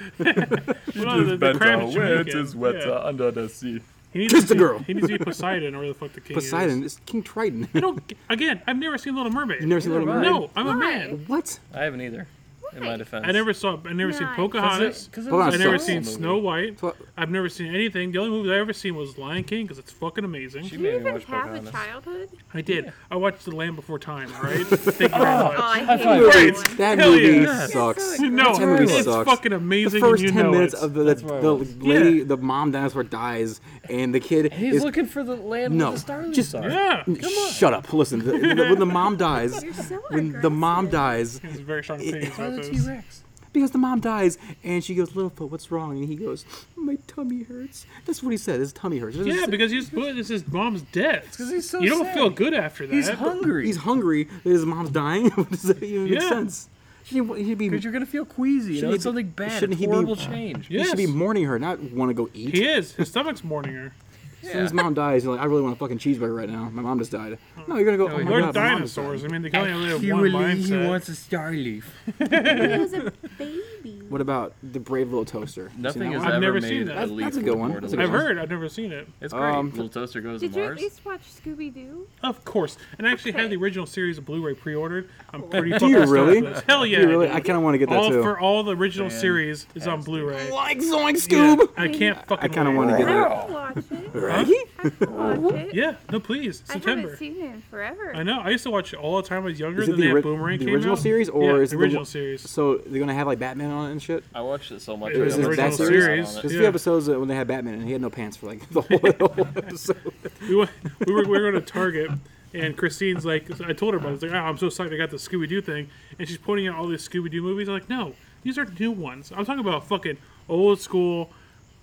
D: no, the, the crab is
B: wet
D: Jamaican.
B: is wetter
D: Yeah.
B: under the sea.
D: He needs
L: Kiss
D: to
L: the
D: be-
L: girl.
D: He needs to be Poseidon, or where the fuck the king
L: Poseidon.
D: is.
L: It's King Triton.
D: I don't. Again, I've never seen Little Mermaid.
L: You've never seen Little Mermaid?
D: No, I'm a man.
L: What?
B: I haven't either. In my defense.
D: I never saw. I never seen
G: Nice.
D: Pocahontas.
B: Cause it,
L: Hold on,
D: I've never
L: so-
D: seen Snow White.
L: So-
D: I've never seen anything. The only movie I ever seen was Lion King because it's fucking amazing.
B: She
G: Do you
B: made me
G: even
B: watch
G: have a
B: Pocahontas.
G: childhood?
D: I did. I watched The Land Before Time. all Right? Thank you very
G: Oh,
D: much.
G: I hate
L: Wait,
G: that
D: Great.
G: one.
L: that
D: Hell
L: movie
D: yeah.
L: sucks.
D: No,
L: that movie
D: it's
L: sucks.
D: fucking
L: The
D: amazing.
L: first
D: and you
L: ten
D: know
L: minutes
D: it.
L: of the the,
B: That's where I
L: the
B: was.
L: lady,
D: Yeah.
L: the mom dinosaur dies, and the kid
B: He's
L: is
B: looking for the land
L: no,
B: where the stars
L: just
B: are.
D: yeah,
L: n- shut up. Listen, the, the- when the mom dies,
G: You're so
L: when the mom dies,
D: it's very strong opinions
B: Why
D: about
B: the
D: this.
B: T-Rex?
L: because the mom dies, and she goes, "Littlefoot, what's wrong?" And he goes, "My tummy hurts." That's what he said. His tummy hurts. This is-
D: Yeah, because he's put this his mom's death.
B: 'cause he's so
D: you don't
B: sad.
D: feel good after that.
B: He's hungry.
L: he's hungry. that His mom's dying. Does that even make
D: Yeah.
L: sense? She, he'd be,
B: Because you're gonna feel queasy. You know?
L: Shouldn't
B: It's
L: he be-
B: something bad.
L: shouldn't
B: It's
L: he be-
B: horrible change.
L: he should be
D: Yes.
L: mourning her, not want to go eat.
D: He is. His stomach's mourning her.
L: So his mom dies, you're like, I really want a fucking cheeseburger right now. My mom just died. No, you're gonna go. oh my
D: They're
L: God, my mom just
D: dinosaurs. I
L: died."
D: mean, they can only have one mindset.
F: a star leaf.
Q: He was a baby.
L: What about the brave little toaster? You seen
B: Nothing
L: that
B: is
L: one?
D: I've
B: ever
D: never
B: made
D: seen that.
B: a
D: That's-
B: leaf
L: that's a good one.
B: more
L: That's a
D: I've
L: good
B: delicious.
L: one.
D: heard. I've never seen it.
B: It's great.
L: Um,
B: Little toaster goes
G: Did
B: to
G: you at
B: Mars.
G: least watch Scooby Doo?
D: Of course. And I actually have the original series of Blu-ray pre-ordered. I'm pretty.
L: Do you
D: fucking stoked
L: really?
D: with this. Hell
L: Do
D: yeah!
L: you really?
D: do.
L: I kind of want to get that
D: all
L: too.
D: for all the original series is on Blu-ray.
L: like Zoink
D: Yeah,
L: Scoob.
D: I can't fucking.
L: I kind of
D: wait.
L: want to get
G: I
L: that.
G: would watch it.
L: Right?
G: I would watch it.
D: Yeah. No, please.
G: I
D: September.
G: haven't seen it in forever.
D: I know. I used to watch it all the time. I was younger.
L: Is it
D: than
L: the,
D: that
L: ori-
D: Boomerang
L: the
D: came
L: original
D: out.
L: series or
D: yeah,
L: is
D: the
L: it
D: original
L: one-
D: series?
L: So they're gonna have like Batman on it and shit.
B: I watched it so much.
D: It
B: I
D: was
L: Is
D: the
B: almost
L: it that
D: original
B: lost my
L: series?
B: mind
D: series.
B: on
L: There's
B: it.
L: a
D: Yeah.
L: few episodes that when they had Batman and he had no pants for like the whole, the whole episode.
D: we went we were, we were going to Target, and Christine's like, I told her about it. I was like, oh, I'm so psyched I got the Scooby Doo thing. And she's pointing out all these Scooby Doo movies. I'm like, no, these are new ones. I'm talking about fucking old school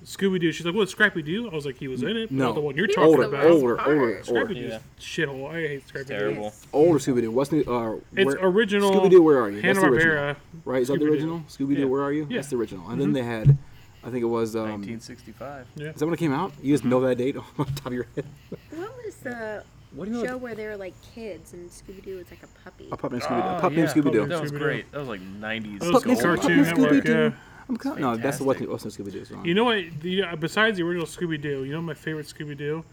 D: Scooby Doo. She's like, "What Scrappy Doo?" I was like, "He was in it." but
L: No.
D: not the one you're
L: He was
D: talking
L: the
D: about.
L: worst Older, part. older, older.
D: Scrappy Doo's
L: Yeah.
D: shithole. I hate Scrappy Doo.
L: Older Scooby Doo. What's the uh,
D: It's original
L: Scooby Doo? Where are you? That's the
D: Hanna-Barbera
L: original, right? Is that the
D: Scooby-Doo.
L: original Scooby Doo?
D: Yeah.
L: Where are you?
D: Yeah.
L: That's the original. And
D: Mhm.
L: then they had, I think it was um,
B: 1965.
L: Is that when it came out? You just know that date off the top of your head.
Q: What was the
L: What do you know-
B: Oh,
Q: show where they were like kids and Scooby Doo was like a puppy?
L: A puppy and Scooby Doo.
B: Oh,
L: a puppy and Scooby Doo.
B: That was great. That was like 90s.
L: Scooby Doo. I'm
B: It's
L: coming. No, that's the
B: fantastic.
L: what what's Scooby Doo's on.
D: You know what? The, uh, besides the original Scooby Doo, you know my favorite Scooby Doo?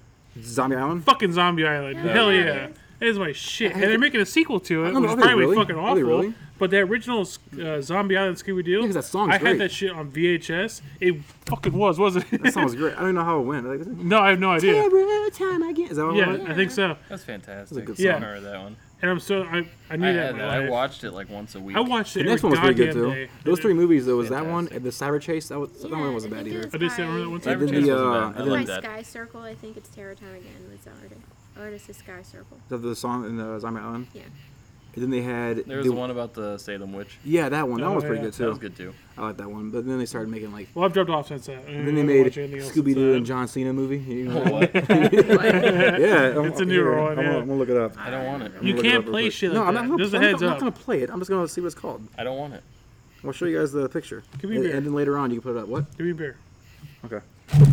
L: Zombie Island.
D: Fucking Zombie Island.
L: Yeah.
D: Hell
L: Yeah.
D: yeah. That is my shit. And
L: I-
D: they're making a sequel to
L: I
D: it,
L: don't
D: which is
L: know, are they
D: probably
L: really?
D: fucking
L: Are they
D: awful.
L: really?
D: But that original uh, Zombie Island Scooby Doo,
L: Yeah, 'cause that song's
D: I
L: great.
D: had that shit on VHS. It fucking was, wasn't it?
L: That song was great. I don't know how it went. Like,
D: No, I have no idea.
L: Every time I get. Is that what it
D: yeah,
L: was?
D: I think so.
B: That's fantastic.
L: That's a good
B: Yeah.
L: song.
B: I remember that one.
D: And I'm so I I knew that.
B: I, had
D: in
B: that.
D: my
B: I
D: life.
B: watched it like once a week.
D: I watched
L: The
D: it
L: next
D: every
L: one was pretty good
D: goddamn
L: too.
D: day.
L: Those three movies, there was that one, and the Cyber Chase. That was that one wasn't bad either.
D: I did say I remember that one.
L: And then
D: Cyber
L: the,
D: Chase wasn't
L: uh,
D: bad.
L: and
D: I
Q: My
L: then
Q: Sky Circle, I think it's Terratown again. Was the artist. Artist is Sky Circle.
L: the, the song in uh, the Zombie Island.
Q: Yeah.
L: And then they had
B: There was
L: the-
B: the one about the Salem witch.
L: Yeah, that one. That
B: Oh,
L: one was pretty
B: yeah.
L: good too.
B: That was good too.
L: I like that one. But then they started making like.
D: Well, I've dropped off since that.
L: And then they
D: I
L: made
D: watch anything else
L: Scooby Doo
D: since
L: and John Cena movie. You know
D: Oh, what?
L: yeah, I'm-
D: It's a
L: I'm
D: newer
L: gonna-
D: one,
L: I'm, gonna-
D: yeah.
L: I'm gonna look it up.
B: I don't want it.
L: I'm
B: You
L: gonna look
B: can't
L: up real
B: play
L: quick.
B: shit
L: No,
B: like that.
L: I'm not. I'm, not-
B: Just a
L: I'm not-
B: heads
L: I'm not
B: up.
L: gonna play it. I'm just gonna see what it's called.
B: I don't want it.
L: I'll show you guys the picture.
D: Give me
L: and,
D: a beer.
L: and then later on, you can put it up. What?
D: Give me a beer.
L: Okay.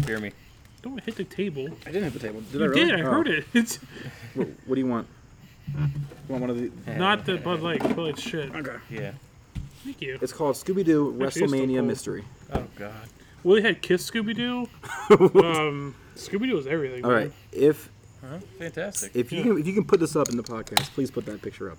B: Hear me.
D: Don't hit the table.
L: I didn't hit the table. Did
D: you
L: I really?
D: did. I
L: Oh.
D: heard it. It's
L: What, what do you want? You want one of the?
D: not the Bud Light. Bud Light's shit. Okay.
B: Yeah.
D: Thank you.
L: It's called Scooby Doo
D: Actually, it's still
L: WrestleMania
D: cold.
L: Mystery.
B: Oh God.
D: Well, they had Kiss Scooby Doo. um, Scooby Doo was everything.
L: All right. If
B: Huh? Fantastic.
L: if you can if you can put this up in the podcast, please put that picture up.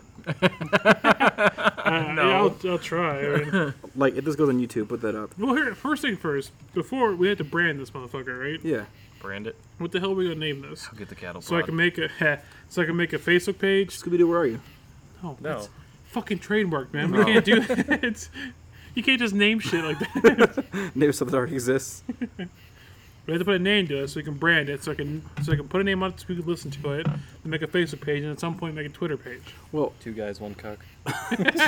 D: Uh, yeah, I'll, I'll try. I mean,
L: like if this goes on YouTube, put that up.
D: well, here, first thing first. Before we had to brand this motherfucker, right?
L: Yeah.
B: Brand it.
D: What the hell are we gonna name this?
B: I'll get the cattle.
D: So I
B: prod.
D: can make a so I can make a Facebook page.
L: Scooby Doo, where are you?
D: No,
B: No.
D: that's fucking trademark, man. We
L: No.
D: can't do that. It's- you can't just name shit like that.
L: Maybe something that already exists.
D: we have to put a name to it so we can brand it, so I can so I can put a name on it so we can listen to it, and make a Facebook page, and at some point make a Twitter page.
L: Well,
B: two guys, one cuck.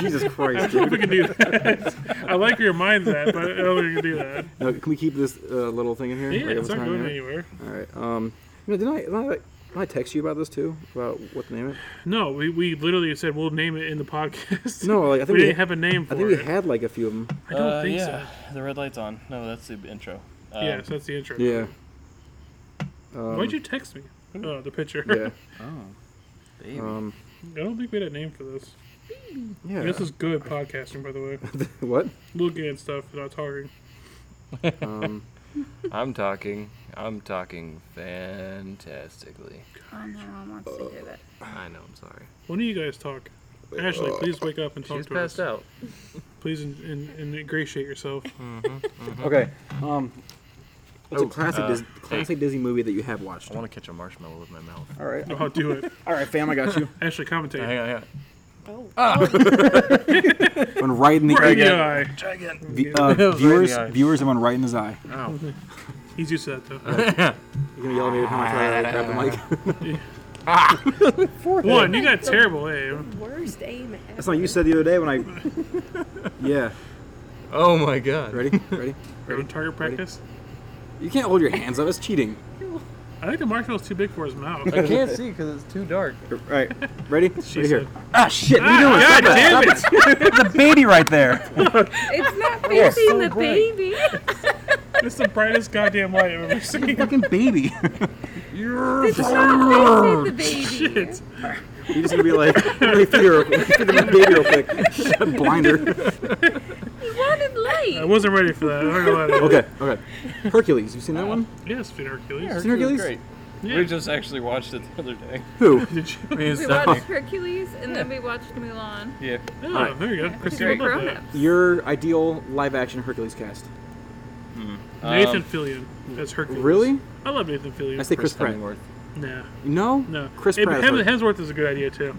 L: Jesus Christ,
D: I don't know if we
L: dude.
D: can do that. I like where your mind's at, but I don't think we can do that.
L: Now, can we keep this uh, little thing in here?
D: Yeah,
L: it
D: it's
L: was
D: not
L: not
D: going
L: in
D: anywhere.
L: All right. Um, you know, didn't I, didn't I, like, didn't I text you about this too? About what to name it?
D: No, we, we literally said we'll name it in the podcast.
L: No, like I think
D: we, didn't have a name
L: I
D: for
L: think
D: it.
L: we had like a few of them.
D: I don't
B: Uh,
D: think
B: yeah. The red light's on. No, that's the intro. Um,
D: Yes, that's the intro.
L: Yeah. Um,
D: Why'd you text me? Oh, the picture.
L: Yeah.
B: Oh, baby.
L: Um,
D: I don't think we had a name for this.
L: Yeah.
D: This is good podcasting, by the way.
L: what?
D: Looking at stuff without talking.
L: Um,
B: I'm talking. I'm talking fantastically.
R: Oh, no one wants to hear that.
B: I know. I'm sorry.
D: When do you guys talk? Ashley,
L: Uh,
D: please wake up and talk
B: She's
D: to
B: passed
D: us.
B: out.
D: Please in, in, and ingratiate yourself.
L: okay. Um, what's
B: Oh,
L: a classic
B: uh,
L: Dis- classic Disney movie that you have watched?
B: I want to catch a marshmallow with my mouth.
L: All right.
D: No, I'll do it.
L: All right, fam. I got you.
D: Ashley, commentate.
B: Hang on, hang on.
Q: Oh.
O: Went right in the
D: Right in the
O: eye.
D: eye.
B: Try again.
O: V- uh,
D: Right in the
O: viewers,
D: eye.
O: viewers, went right in his eye.
B: Ow.
D: He's used to that, though.
L: You're gonna yell at me every time I try to grab the mic. Forehead.
D: One, you got terrible aim.
Q: Worst aim ever.
L: That's what you said the other day when I. yeah.
B: Oh my god.
L: Ready? Ready?
D: Ready? Target practice?
L: You can't hold your hands up. That's cheating.
D: I think the marshmallow's too big for his mouth.
B: I can't see because it's too dark.
L: All right. Ready? right
D: She
L: here.
D: said-
O: Ah, shit. What are you doing?
D: Ah, God
O: Stop that.
D: damn
O: Stop it. It's a baby right there.
R: It's not
O: Yes.
R: facing
O: So
R: the
O: bright.
R: baby.
D: This is the brightest goddamn light I've ever seen.
O: Fucking baby.
D: You're
R: It's not facing the baby.
D: Shit.
L: You're just gonna be like, really figure, figure my baby real quick. Shut blinder.
R: You wanted
D: I
R: light.
D: wasn't ready for that. I'm not gonna lie to you.
L: Okay, okay. Hercules, you seen that one?
D: Yes, Finn Hercules.
B: Yeah,
L: Seen
B: Hercules
L: Hercules?
B: is great.
D: Yeah.
B: We just actually watched it the other day.
L: Who?
D: Did you?
B: Me and
R: We
B: Stephanie.
R: watched Hercules and then we watched Mulan.
B: Yeah.
D: Oh,
L: Alright.
D: there you go.
R: Because
D: Christina
R: we're
D: loved
R: grown
D: that.
R: ups.
L: Your ideal live action Hercules cast.
D: Nathan
B: Um,
D: Fillion as Hercules.
L: Really?
D: I love Nathan Fillion.
L: I say Chris, Pratt.
B: Hemsworth.
D: Nah.
L: No?
D: No.
L: Chris
D: Hey,
L: Pratt.
D: but
L: is
D: Hem-
L: Her-
D: Hemsworth is a good idea, too.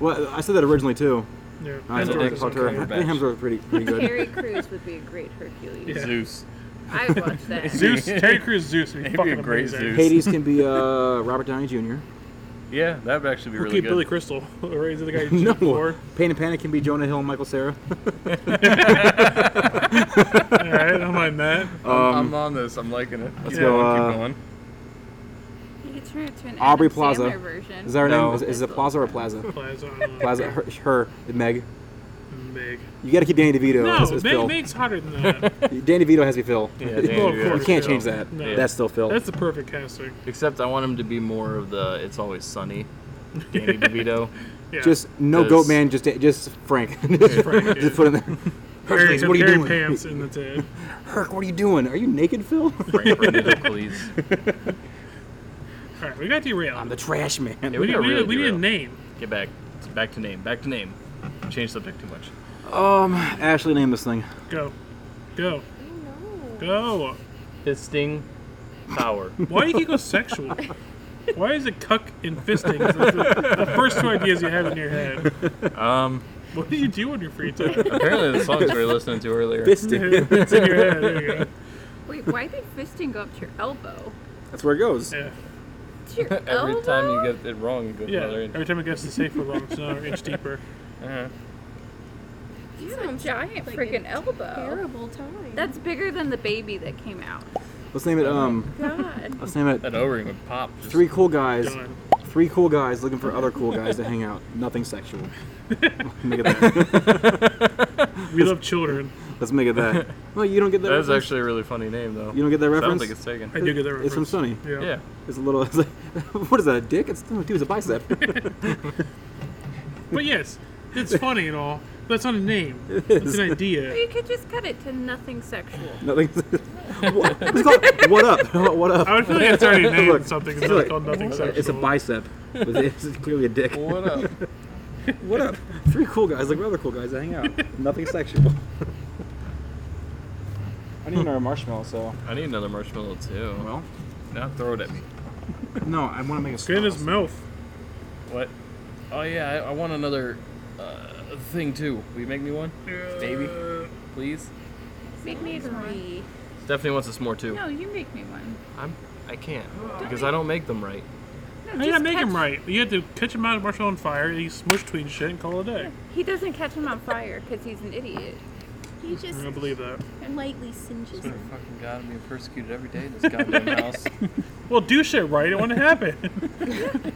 L: well, I said that originally too.
D: Yeah.
L: I,
B: Hemsworth
L: I,
B: is
L: talked to her. I
B: okay.
L: think Hemsworth is pretty, pretty good.
R: Terry Crews would be a great Hercules.
D: Yeah.
B: Zeus.
R: I would watch that.
D: Zeus, Terry Crews Zeus would be
B: He'd be
D: fucking
B: a great
D: amazing.
B: Zeus.
L: Hades can be uh, Robert Downey Jr.
B: Yeah, that would actually be
D: We'll
B: really
D: keep
B: good.
D: Billy Crystal. Right, the guy you
L: No.
D: for.
L: Pain and Panic can be Jonah Hill and Michael Sarah.
D: All right, I'm am I, Matt?
B: I'm,
D: Um,
B: I'm on this. I'm liking it.
D: let's
B: Keep
D: go,
B: going,
D: uh,
B: keep going.
G: You could turn it to an
L: Aubrey
G: Adam
L: Plaza.
G: Sandler version.
L: Is that her name? Is, is it Plaza or Plaza?
D: Plaza, I don't know.
L: Plaza. Her. her Meg.
D: uh, Meg.
L: You got to keep Danny DeVito
D: No,
L: as, as
D: Meg-
L: Phil.
D: Meg's hotter than that.
L: Danny DeVito has to be Phil. you can't change
D: Phil.
L: that.
D: No.
L: That's still Phil.
D: That's the perfect casting.
B: Except I want him to be more of the "It's Always Sunny" Danny DeVito.
L: Just no
B: 'Cause-
L: goat man. Just just Frank.
B: Frank,
L: just put him there.
D: Very-
L: Hercules, what are you
D: very
L: doing?
D: pants in the tent.
L: Herc, what are you doing? Are you naked, Phil?
B: Frank Hercules.
D: All right, we got derailed.
L: I'm the trash man.
B: Yeah,
D: we,
B: got
D: we,
B: really
D: we need a
B: derailed.
D: name.
B: Get back. Back to name. Back to name. Change subject too much.
L: Um, Ashley, name this thing.
D: Go. Go. Go.
B: Fisting Power.
D: Why do you keep go sexual? Why is it cuck and fisting? It's the, the first two ideas you have in your head.
B: Um,
D: What do you do on your free time?
B: apparently the songs we were listening to earlier.
L: Fisting.
D: it's in your head. There you go.
G: Wait, why did fisting go up to your elbow?
L: That's where it goes.
D: Yeah.
G: To your elbow?
L: Oh
B: Every time you get it wrong, you go
D: Yeah.
B: another inch.
D: Every time it gets to safe for long, it's another inch deeper.
B: Uh-huh.
G: It's a giant
Q: like
G: freaking
Q: a
G: elbow.
Q: terrible time.
G: That's bigger than the baby that came out.
L: Let's name it. Um,
G: God.
L: let's name it.
B: That O-ring would pop. just-
L: Three cool guys.
B: Done.
L: Three cool guys looking for other cool guys to hang out. Nothing sexual. make it that.
D: We love children.
L: Let's make it that. Well, you don't get that.
B: That is
L: reference?
B: actually a really funny name, though.
L: You don't get that reference.
B: Sounds like it's taken.
D: I do get that
L: It's from
D: reference.
L: Sunny.
D: Yeah.
B: Yeah.
L: It's a little. It's like, what is that? A dick? It's no, dude. It's a bicep.
D: But yes, it's funny and all. But that's not a name.
L: It
D: It's
L: is.
D: an
G: Or
D: idea.
G: you could just cut it to nothing sexual.
L: Nothing. what, it's called, what up? What up?
D: I would feel like it's already named something, it's
L: it's
D: not
L: like-
D: called nothing
L: it's a- It's a
D: sexual.
L: bicep. but It's clearly a dick.
B: What up?
L: what up? Three cool guys, like other cool guys that hang out. Nothing sexual. I need another marshmallow, so.
B: I need another marshmallow too.
L: Well,
B: now throw it at me.
L: No, I want to make a
D: Get in his mouth.
B: What? Oh yeah, I, I want another uh, thing too. Will you make me one, baby? Please.
G: Make me three.
B: Stephanie wants us more too.
G: No, you make me one.
B: I'm. I can't because I don't make them right.
G: No,
D: How you gotta
G: just
D: make
G: catch,
D: him right? You have to catch him out of marshmallow on fire, and you smush between shit and call it a day.
G: He doesn't catch him on fire because he's an idiot.
Q: You
D: I
Q: just
D: don't believe that.
Q: lightly singes it.
B: Fucking god, I'm being persecuted every day in this goddamn house.
D: Well, do shit right. It wouldn't happen.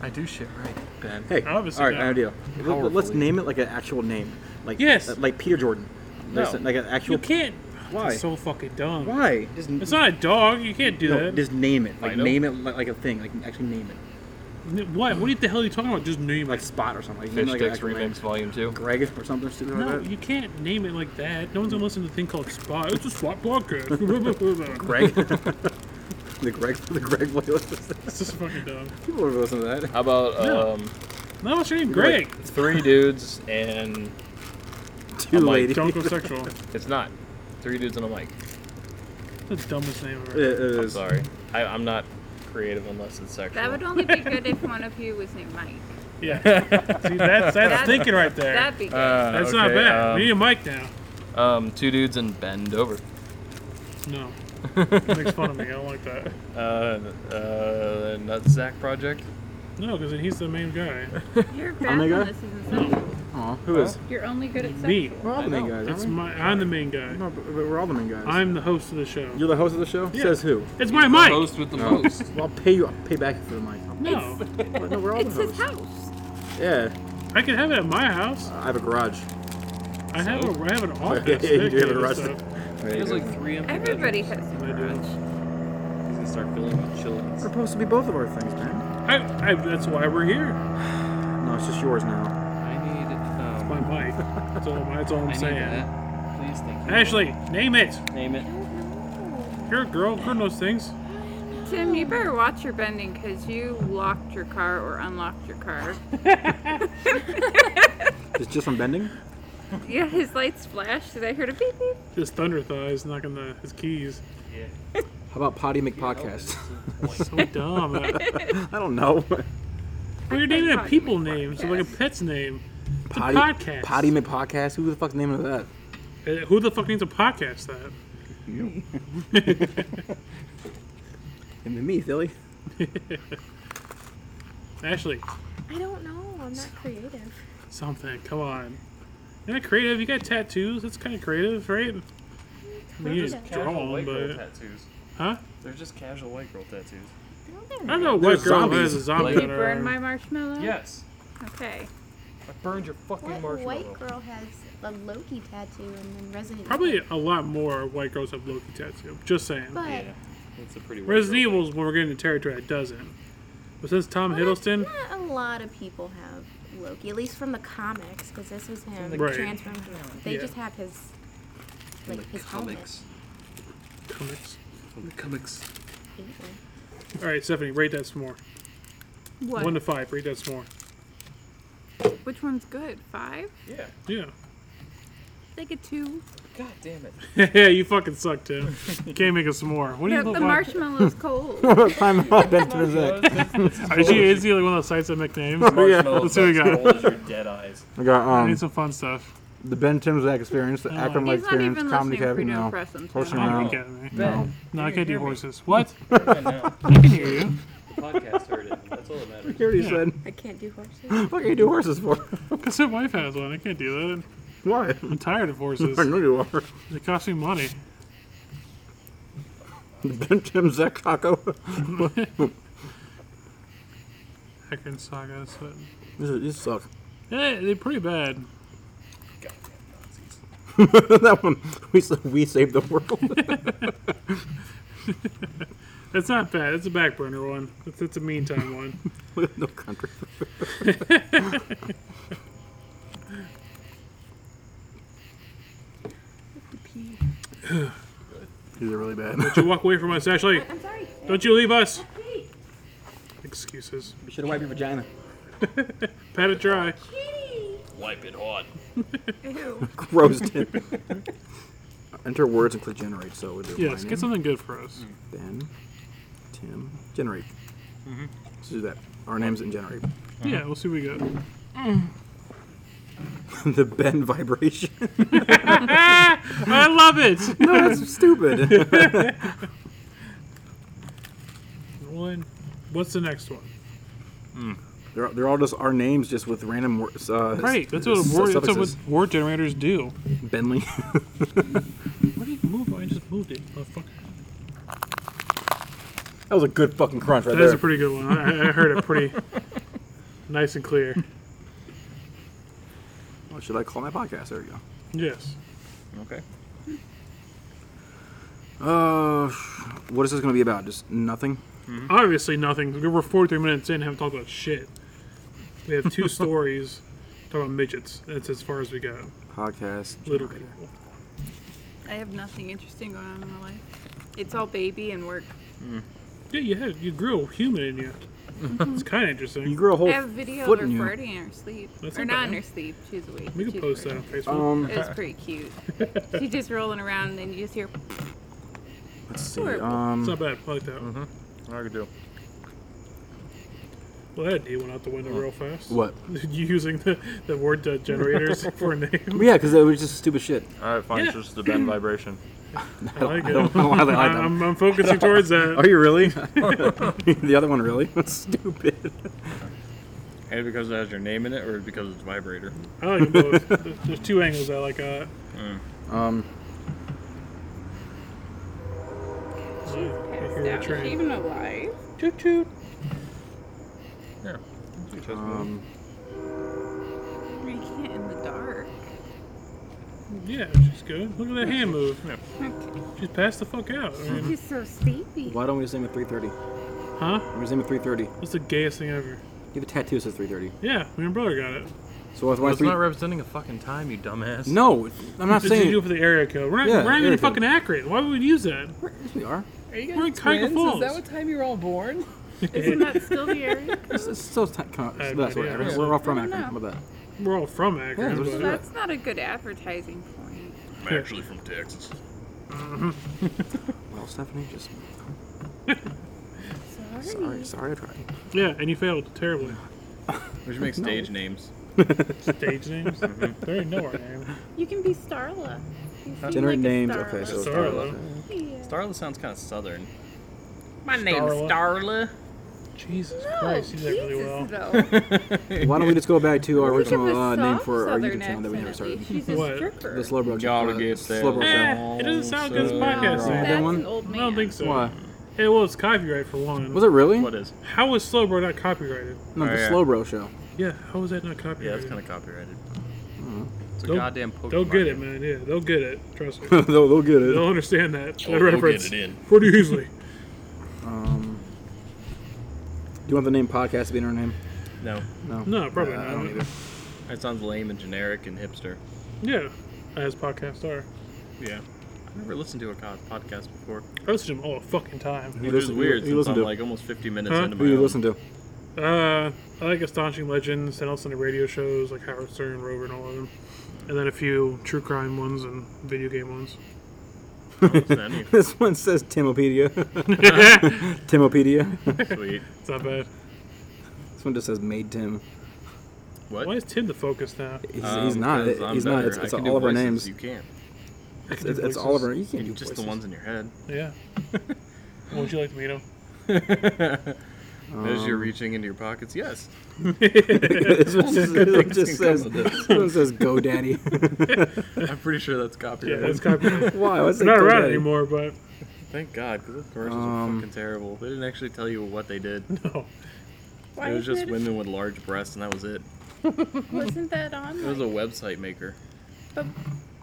B: I do shit right, Ben.
L: Hey,
D: Obviously
L: all right,
D: not.
L: I have an idea. Let, us
B: Powerfully.
L: name it like an actual name, like
D: Yes.
L: uh, like Peter Jordan.
D: No.
L: There's like an actual.
D: You can't.
L: Why?
D: That's so fucking dumb.
L: Why? Just,
D: It's not a dog. You can't do
L: no,
D: that.
L: Just name it, like
D: Fido?
L: name it like, like a thing, like actually name it,
D: N- What? What the hell are you talking about? Just name
L: like Spot or something. Like, name
B: Fish
L: it like an
B: Sticks
L: actual name.
B: Remix Volume Two.
L: Greg or something stupid
D: No,
L: like that.
D: you can't name it like that. No one's gonna listen to a thing called Spot. It's a Spot podcast.
L: Greg. the Greg. The Greg playlist.
D: It's just fucking dumb.
L: People would listen to that.
B: How about
D: No.
B: um,
D: No, what's your name?
B: you're
D: Greg.
B: like three dudes and
L: Two
B: I'm like,
L: ladies.
D: Don't go sexual.
B: it's not three dudes and a mic.
D: The dumbest name
L: It
D: ever.
B: I'm
L: is.
B: sorry, I, I'm not creative unless it's sexual. Uh,
G: That would only be good if one of you was named Mike.
D: Yeah. See, that's that's
G: That-
D: thinking right there.
G: That'd be good.
B: Uh,
D: that's not
B: okay,
D: bad.
B: um,
D: we need a mic now.
B: Um, two dudes and bend over.
D: No. makes fun of me. I don't like that.
B: Uh, uh, Nutsack Project.
D: No, because he's the main guy.
G: You're bad
L: I'm the
G: on
L: guy?
G: this isn't sexual.
L: Aw, who is?
G: You're only good at
D: Me.
G: sexual.
L: We're all the main guys.
D: It's
L: aren't we?
D: my. I'm the main guy.
L: No, but, but we're all the main guys.
D: I'm the host of the show.
L: You're the host of the show.
D: Yeah.
L: Says who?
D: It's my mic.
B: Host with the
L: No.
B: most.
L: Well, I'll pay you. I'll pay back for the mic.
D: No,
L: No, we're all
G: It's
L: the
G: his
L: hosts.
G: house.
L: Yeah,
D: I can have it at my house.
L: I have a garage.
D: I have a. I have an
L: Oh,
D: office.
L: you do
D: dedicated
L: have a
D: to
L: garage.
D: stuff.
L: There you
B: There's
L: go.
B: like three individuals.
G: Everybody has
D: I
G: a
D: do.
G: garage.
B: He's gonna start filling with chillins.
L: We're supposed to be both of our things, man.
D: I, I, that's why we're here.
L: No, it's just yours now.
B: I need. Um,
D: My mic. That's all, that's all I'm
B: I need
D: saying.
B: that. Please, thank you.
D: Ashley, name it.
B: name it.
D: You're a girl. Girl knows things.
G: Tim, you better watch your bending because you locked your car or unlocked your car.
L: It's just from bending.
G: yeah, his lights flashed because I heard a beep beep.
D: His thunder thighs knocking the his keys.
L: How about Potty McPodcast?
D: So dumb. Uh,
L: I don't know.
D: well, you're naming a people name, so like a pet's name. It's a
L: Potty
D: podcast.
L: Potty McPodcast. Who the fuck's name of that?
D: Uh, Who the fuck needs a podcast that?
L: And me, Philly.
D: Ashley,
Q: I don't know. I'm not creative.
D: something. Come on. Yeah, creative. You got tattoos. That's kind of creative, right? I mean, you just draw
K: casual
D: them,
K: white girl
D: but
K: tattoos.
D: huh?
K: They're just casual white girl tattoos.
D: I don't know what girl has a zombie.
G: Did you burn my marshmallow?
K: Yes.
G: Okay.
F: I burned your fucking
E: What
F: marshmallow.
E: white girl has a Loki tattoo and then Resident
D: Probably
E: Evil?
D: a lot more white girls have Loki tattoo. Just saying.
E: But
K: That's a pretty white
D: Resident Evil's when we're getting into territory that doesn't. But since Tom Hiddleston,
E: not a lot of people have Loki, at least from the comics, because this was him
D: the Right.
E: transformed. They
D: Yeah.
E: just have his like his comics.
D: comics, comics.
E: helmet.
D: All right, Stephanie, rate that some more.
G: What?
D: One to five. Rate that some more.
G: Which one's good? Five?
K: Yeah.
D: Yeah.
G: Like a two.
K: God damn it.
D: yeah, you fucking suck, Tim. You can't make us some more. What do you
G: the,
D: look
G: the
D: like?
G: marshmallow's cold.
L: Time out, back to the Zach.
D: Is he, is he like one of those sites that make names?
L: Oh, yeah.
D: Let's see what we
K: Marshmallow's as
D: got.
K: your dead eyes.
L: I got
D: I
L: um
D: need some fun stuff.
L: the Ben Timzak experience, the Akron Lake
G: He's not
L: experience,
G: even
L: comedy
G: listening for
L: cabin.
G: you to
L: No,
G: impress him,
L: horse
G: Tim.
D: I
L: around.
D: ain't getting it.
L: No,
D: No,
K: Can
D: I
K: you
D: can't do
K: hear me?
D: horses. What?
K: I know.
D: I can hear you.
K: The podcast heard it. That's all that matters.
L: he already said.
E: I can't do horses.
L: What can you do horses for?
D: Because my wife has one. I can't do that.
L: Why?
D: I'm tired of horses.
L: I know you are.
D: They cost me money.
L: Ben Timzak Kako.
D: Akron Saga. So.
L: These are- These suck.
D: Yeah, they're pretty bad.
L: that one we sa- we saved the world.
D: That's not bad. That's a back burner one. That's, that's a meantime one.
L: we have no country. These are really bad.
D: Don't you walk away from us, Ashley.
E: I'm sorry. Oh,
D: Don't you leave us. Excuses.
L: You should have wiped your vagina.
D: Pat it dry.
K: Wipe it hard.
G: Ew.
L: Gross. Tim. Enter words and click generate. So we do.
D: Yes, get
L: my name,
D: something good for us.
L: Ben, Tim, generate. Let's do that. Our names and generate.
D: Yeah, we'll see what we got.
L: the Ben vibration.
D: I love it.
L: no, that's stupid.
D: One. What's the next one?
L: they're, they're all just our names, just with random words. Uh,
D: Right. That's
L: s-
D: what word, that's
L: suffixes.
D: what word generators do.
L: Benley.
D: What do you move? I just moved it, Oh, motherfucker.
L: That was a good fucking crunch right
D: That is
L: there.
D: a pretty good one. I, I heard it pretty nice and clear.
L: What should I call my podcast? There we go.
D: Yes.
K: Okay.
L: Uh, what is this going to be about? Just nothing.
D: Obviously nothing. We We're 43 minutes in, haven't talked about shit. We have two stories talking about midgets. That's as far as we go.
L: Podcast.
D: Little people.
G: I have nothing interesting going on in my life. It's all baby and work.
D: Yeah, you had you grew a human in you.
L: Mm-hmm.
D: It's kind of interesting.
L: You grew a whole
G: I have video of
L: Oh, foot
G: her
L: in you.
G: farting in her sleep.
D: That's
G: or
D: not
G: not in
D: bad.
G: her sleep. She's awake.
D: We could
G: She's
D: post that
G: farting.
D: on Facebook.
L: Um,
G: It was pretty cute. She's just rolling around and you just hear.
L: Let's see.
G: Horrible.
D: it's
L: Um,
D: not bad. I like that. one.
K: I could do.
D: Well, that idea went out the window real fast.
L: what?
D: You using the, the word uh, generators for a name?
L: Yeah, because it was just stupid shit.
K: All right, fine.
D: Yeah.
K: It's just the bend vibration.
D: I like it.
L: don't know why they like
D: I-
L: them.
D: I'm, I'm focusing towards that.
L: Are you really? the other one really? That's stupid.
K: And because it has your name in it, or because it's vibrator.
D: I like them both. There- There's two angles I like. Uh,
L: Um,
D: I hear a
G: Is she
D: train.
G: even alive?
D: Toot toot.
K: Yeah.
L: um,
G: You can't in the dark.
D: Yeah, she's good. Look at that hand move. She's passed the fuck out. I mean,
G: She's so sleepy.
L: why don't we just name it 3:30?
D: huh?
L: We just name it 3:30.
D: That's the gayest thing ever.
L: You have a tattoo that says 3:30.
D: Yeah, my brother got it.
L: So that's
K: Well,
L: why
K: it's
L: three.
K: not representing a fucking time, you dumbass.
L: no, I'm not
D: That's what you
L: saying.
D: do for the area code. We're not,
L: Yeah,
D: we're not even
L: area code.
D: fucking accurate. Why would we use that?
L: Yes, we are.
F: Are you
D: We're in Cuyahoga
F: Is
D: Falls.
F: that what time you're all born?
G: Isn't that still the area?
L: It's, it's so ti- kind of-
D: I
L: it's
D: have
L: the
D: no
L: best.
D: idea.
L: Whatever.
D: Yeah.
L: We're all from
G: I don't
L: Akron. How about that?
D: We're all from
L: Yeah,
D: Akron.
L: let's do
D: but-
L: it.
G: That's not a good advertising point.
K: I'm actually from Texas.
L: Well, Stephanie, just
G: Sorry.
L: sorry, sorry, I tried.
D: yeah, and you failed terribly.
K: We should make stage names.
D: Stage names? they already know our name.
G: You can be Starla. You seem
L: Generate
G: like a
L: names.
G: Starla.
L: Okay, so it's
D: Starla.
L: Starla.
G: Yeah.
K: Starla sounds kind of southern.
G: My name's
D: Starla.
G: Starla.
D: Jesus Christ, you did that really well.
L: Why don't we just go back to our
D: Look at
L: original
D: the
L: uh, name
D: soft
L: for our
D: Southern
L: YouTube channel that we never started?
D: She's a What? stripper.
L: The Slowbro
B: Gotta
L: uh,
B: get that
L: Slowbro
D: Eh, it doesn't sound good as a podcast.
L: That
D: name.
L: one?
D: I don't think so.
L: Why?
D: Hey, well, it's copyright for one.
L: Was it really?
B: What is?
D: How is Slowbro not copyrighted?
L: No, the
B: Oh, yeah.
L: Slowbro show.
D: Yeah, how is that not copyrighted?
B: Yeah, it's kind of copyrighted.
L: Mm-hmm.
B: It's a
D: They'll-
B: goddamn Pokemon.
D: They'll get it, man. Yeah, they'll get it. Trust me.
L: They'll- they'll get it.
D: They'll understand that.
B: Oh,
D: that
B: they'll
D: reference.
B: get it in.
D: Pretty easily.
L: Um, do you want the name podcast to be in our name?
B: No.
L: No.
D: No, probably
L: Uh,
D: not.
L: I don't either.
B: That sounds lame and generic and hipster.
D: Yeah, as podcasts are.
B: Yeah. I've never listened to a co- podcast before.
D: I listen to them all the fucking time.
B: Which is weird
L: you
B: since
L: listen
B: I'm
L: to?
B: like almost 50 minutes
D: Huh?
B: into my
L: Who you
B: own.
L: listen to?
D: Uh, I like Astonishing Legends, and I'll listen to radio shows like Howard Stern, Rover, and all of them. And then a few true crime ones and video game ones.
L: this one says Timopedia. Timopedia.
B: Sweet.
D: It's not bad.
L: This one just says Made Tim.
B: What?
D: Why is Tim the focus now?
L: He's, he's not.
B: because Um, I'm
L: He's not.
B: better.
L: It's, it's
B: I
L: all
B: can do
L: of our
B: voices,
L: names.
B: You can't.
D: I
L: It's,
D: can do
L: it's, it's all
D: voices.
L: of our. You can't do
B: Just the
L: voices.
B: ones in your head.
D: Yeah. Would you like to meet him?
B: As you're
L: Um,
B: reaching into your pockets, yes.
L: this one just, this one
B: Things
L: just
B: can come
L: says.
B: of
L: This one says GoDaddy.
B: I'm pretty sure that's
D: Yeah,
B: copyright.
D: that's copyright.
L: Why? Why is
D: They're
L: it
D: not around
L: GoDaddy?
D: anymore, but
B: Thank God, because those commercials were
L: Um,
B: fucking terrible. They didn't actually tell you what they did.
D: No.
G: Why
B: it was
G: is
B: just
G: it-
B: women with large breasts, and that was it.
G: Wasn't that on?
B: It was a website maker.
G: But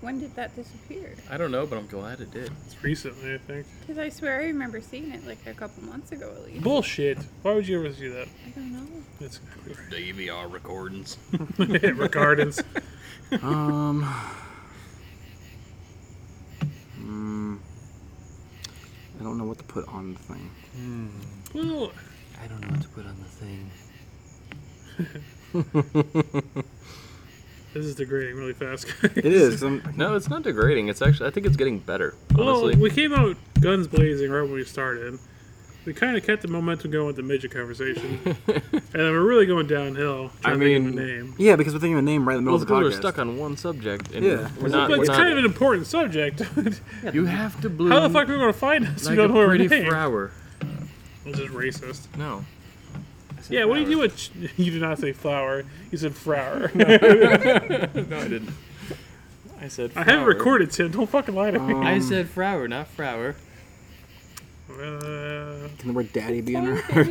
G: when did that disappear?
B: I don't know, but I'm glad it did.
D: it's recently, I think.
G: Because I swear I remember seeing it like a couple months ago at least.
D: Bullshit. Why would you ever see that?
G: I don't know.
D: That's
B: DVR recordings.
D: Regardless.
L: um. mm, I don't know what to put on the thing.
D: Hmm. Well,
O: I don't know what to put on the thing.
D: this is degrading really fast.
L: It is. i
B: No, it's not degrading. It's actually, I think it's getting better, honestly.
D: Well, we came out guns blazing right when we started. We kind of kept the momentum going with the midget conversation, and then we're really going downhill.
B: I
D: trying to think of
B: mean,
D: a name.
L: yeah, because we're thinking of a name right in the
B: Well,
L: middle
B: it's because
L: of the podcast.
B: we're stuck on one subject. And
L: Yeah.
B: We're not,
D: but
B: we're
D: it's
B: not,
D: kind of an important subject.
B: you have to bloom
D: How the fuck are we going to find us?
B: like
D: we don't
B: a
D: know our
B: pretty
D: name.
B: flower.
D: This is racist.
B: No.
D: Yeah, what do you do with? ch- You did not say flower. You said flower.
B: No, I didn't. I said
D: I
B: flower.
D: haven't recorded, Tim. Don't fucking lie to me.
B: I said flower, not flower.
D: Uh,
L: Can the word daddy be in there?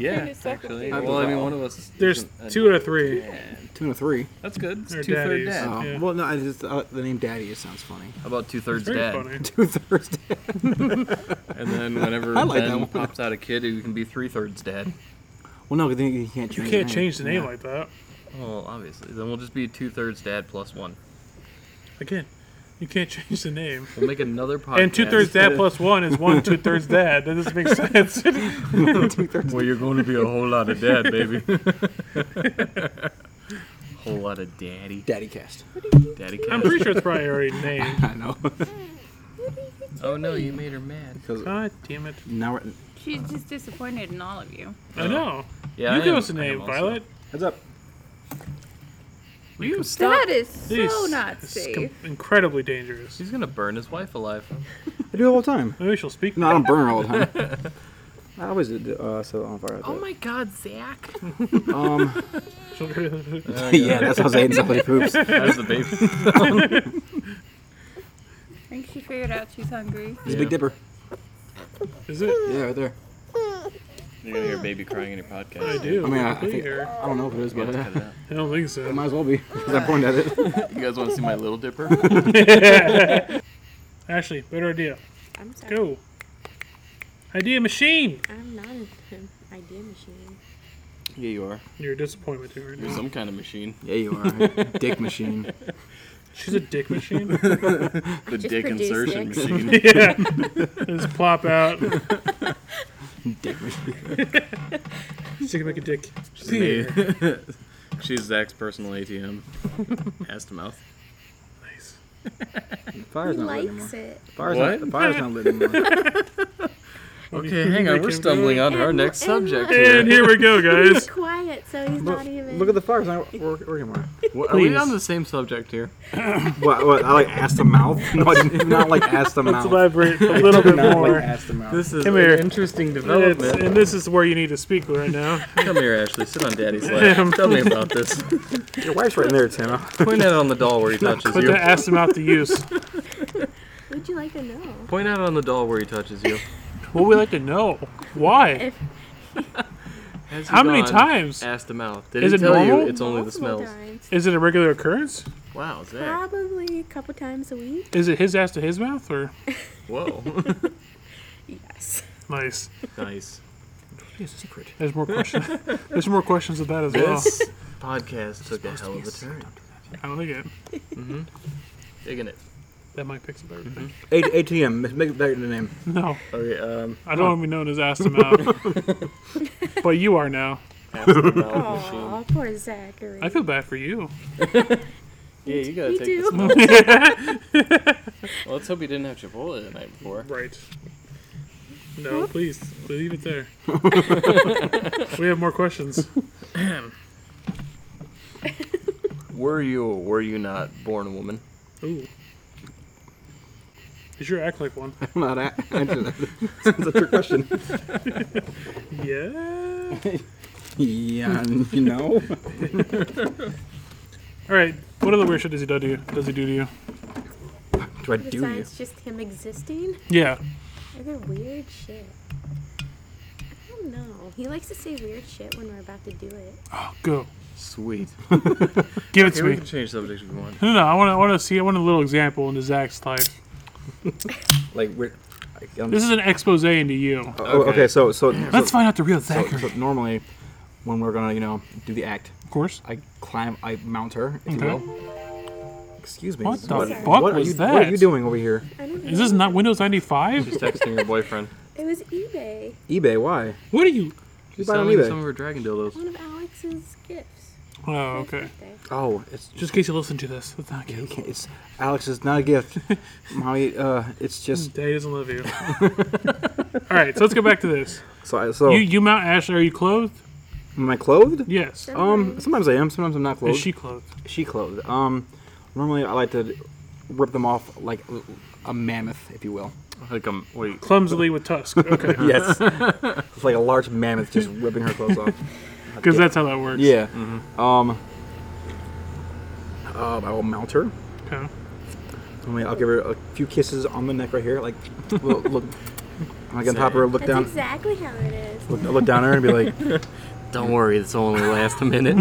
B: Yeah, actually.
L: That'd be
B: Well, I mean,
L: foul.
B: one of us.
D: there's
B: isn't a-
D: two out of three.
L: Two and a three.
B: That's good. It's
D: They're
B: two third
D: daddies.
B: dad.
L: Oh,
D: Yeah.
L: Well, no, I just, uh, the name daddy just sounds funny.
B: How about two thirds
D: Very
B: dad?
D: funny.
L: Two thirds dad.
B: And then whenever
L: I like that
B: Ben
L: one.
B: pops out a kid, you can be three thirds dad.
L: Well, no, 'cause then you can't change
D: You
L: the
D: can't
L: name.
D: change the name
L: Yeah.
D: like that.
B: Well, obviously. Then we'll just be two thirds dad plus one.
D: Again, you can't change the name.
B: We'll make another podcast.
D: And two thirds dad plus one is one two thirds dad. That doesn't make sense.
B: Well, you're going to be a whole lot of dad, baby. whole lot of daddy.
L: Daddy cast.
B: Daddy
D: I'm
B: cat.
D: pretty sure it's probably already named.
L: I know.
B: Oh no, you made her mad.
L: Because
D: God damn it!
L: now we're.
G: She's just disappointed in all of you.
D: I know.
B: Yeah,
D: you
B: I
D: give
B: am-
D: us a
B: I am
D: name,
B: also.
D: Violet.
L: Heads up.
D: You
G: That is so
D: This-
G: not
D: this
G: safe.
D: is com- incredibly dangerous.
B: He's gonna burn his wife alive.
L: I do it all the time.
D: Maybe she'll speak.
L: No, I don't burn all the time. I always do, uh, set it on fire.
B: Oh my God, Zach!
L: Um,
D: She'll get rid of-
L: yeah, that's how Zayden somebody poops.
B: That's the baby.
G: I think she figured out she's hungry.
L: He's a Big Dipper.
D: Is it?
L: Yeah, right there.
B: You're gonna hear baby crying in your
D: I
B: podcast.
D: do.
L: I mean, I, I
D: Be
L: think
D: here.
L: I don't know if it is,
B: You
L: but
B: guys cut it
L: it
B: out.
D: I don't think so.
L: might as well be because I pointed at it.
B: You guys want to see my little dipper?
D: Ashley, better idea.
E: I'm sorry.
D: Go. Idea machine.
E: I'm not an idea machine.
B: yeah, you are.
D: You're a disappointment to her. right
B: You're
D: now.
B: some kind of machine.
L: Yeah, you are. Dick machine.
D: She's a dick machine.
B: The
E: Just
B: dick
E: produce
B: insertion
E: dicks.
B: machine.
D: yeah. Just plop out.
L: Dick machine.
D: She's gonna make a dick. She's
B: Made-
D: here.
B: She's Zach's personal ATM. Ass to mouth.
D: Nice.
L: Fire's
E: he
L: not lit
E: likes
L: anymore.
E: it.
L: Fire's
B: What?
L: not. The fire's not lit anymore.
B: Okay, hang on. We're stumbling onto our next subject.
A: And here we go, guys.
E: He's quiet, so he's
L: Look-
E: not even.
L: Look at the fires. I we're working on. it. What,
B: Are we
L: please.
B: on the same subject here?
L: What, what, I like ass to mouth. No, I do not like ass to mouth.
D: Let's elaborate a
L: I
D: little
L: do
D: bit
L: not
D: more.
L: Like ass to mouth.
B: This is
D: Come
B: an
D: here.
B: interesting
D: It's-
B: development.
D: and this is where you need to speak right now.
B: Come here, Ashley. Sit on Daddy's lap. Tell me about this.
L: Your wife's right in there, Tim.
B: Point out on the doll where he touches
D: Put
B: you.
D: that ass him out to use.
E: Would you like to know?
B: Point out on the doll where he touches you.
D: What we like to know? Why?
E: If
B: Has he
D: How many
B: gone
D: times?
B: Ass to mouth. Did
D: Is
B: he
D: it
B: tell
D: normal?
B: you it's only the smells?
D: Is it a regular occurrence?
B: Wow, Zach.
E: Probably a couple times a week.
D: Is it his ass to his mouth or?
B: Whoa.
E: Yes.
D: Nice.
B: Nice.
L: It's a secret.
D: There's more questions. There's more questions of that as well.
B: This podcast took a hell of a turn.
D: I don't think it.
B: Mm-hmm. Digging it.
D: That might fix up everything.
L: A- ATM. Make- Make that the name.
D: No,
B: Okay, um.
D: I don't want to be known as ass to mouth. but you are now.
E: Aw, poor Zachary.
D: I feel bad for you.
B: Yeah, you gotta
E: Me
B: take
E: too.
B: the smells. well, let's hope you didn't have Chipotle the night before.
D: Right. No, please leave it there. we have more questions.
B: Were you or were you not born a woman?
D: Ooh. You sure act like one.
L: I'm not a- answering that. That's a trick question.
D: yeah.
L: Yeah, you know.
D: All right. What other weird shit does he do to you? Does he do to you?
L: Do I do you?
E: Besides just him existing,
D: Yeah.
E: are there weird shit? I don't know. He likes to say weird shit when we're about to do it.
D: Oh, go.
B: Sweet.
D: Give it
B: okay,
D: to
B: we
D: me.
B: can change subjects if you want.
D: No, no. I want to. I want to see. I want a little example into Zach's life.
L: Like we're. Like, um,
D: This is an expose into you.
L: Oh, okay. so so
D: let's
L: so-
D: find out the real
L: so-
D: Zachary.
L: So, normally, when we're gonna you know do the act, of
D: course,
L: I climb, I mount her, if
D: Okay.
L: you will. Excuse me.
D: What the
L: what,
D: fuck
L: what are
D: was
L: you,
D: that?
L: What are you doing over here?
E: I don't know.
D: Is this not Windows 95?
B: She's texting your boyfriend.
E: It was eBay.
L: eBay? Why?
D: What are you?
L: You
B: She's
L: buy on
B: selling
L: eBay.
B: some of her dragon dildos.
E: One of Alex's gifts.
D: Oh, okay.
L: Oh, it's
D: Just in case you listen to this, it's not
L: you
D: cute.
L: can't, it's Alex. It's not a gift. Molly, uh, it's just
D: Daddy doesn't love you. All right, so let's go back to this.
L: so. I, so
D: You, you Mount Ashley, are you clothed?
L: am I clothed?
D: Yes.
L: Um, sometimes I am. Sometimes I'm not clothed.
D: Is she clothed?
L: She clothed. Um, normally I like to rip them off like a mammoth, if you will.
B: Like um, wait.
D: Clumsily with tusk. Okay.
L: yes, it's like a large mammoth just ripping her clothes off.
D: Because that's how that works.
L: Yeah. Um. Um, I will mount her.
D: Okay.
L: Normally I'll give her a few kisses on the neck right here, like look. look like on top of her, look
E: That's
L: down.
E: exactly how it is.
L: Look, look down at her and be like,
B: Don't worry, this will only last a minute.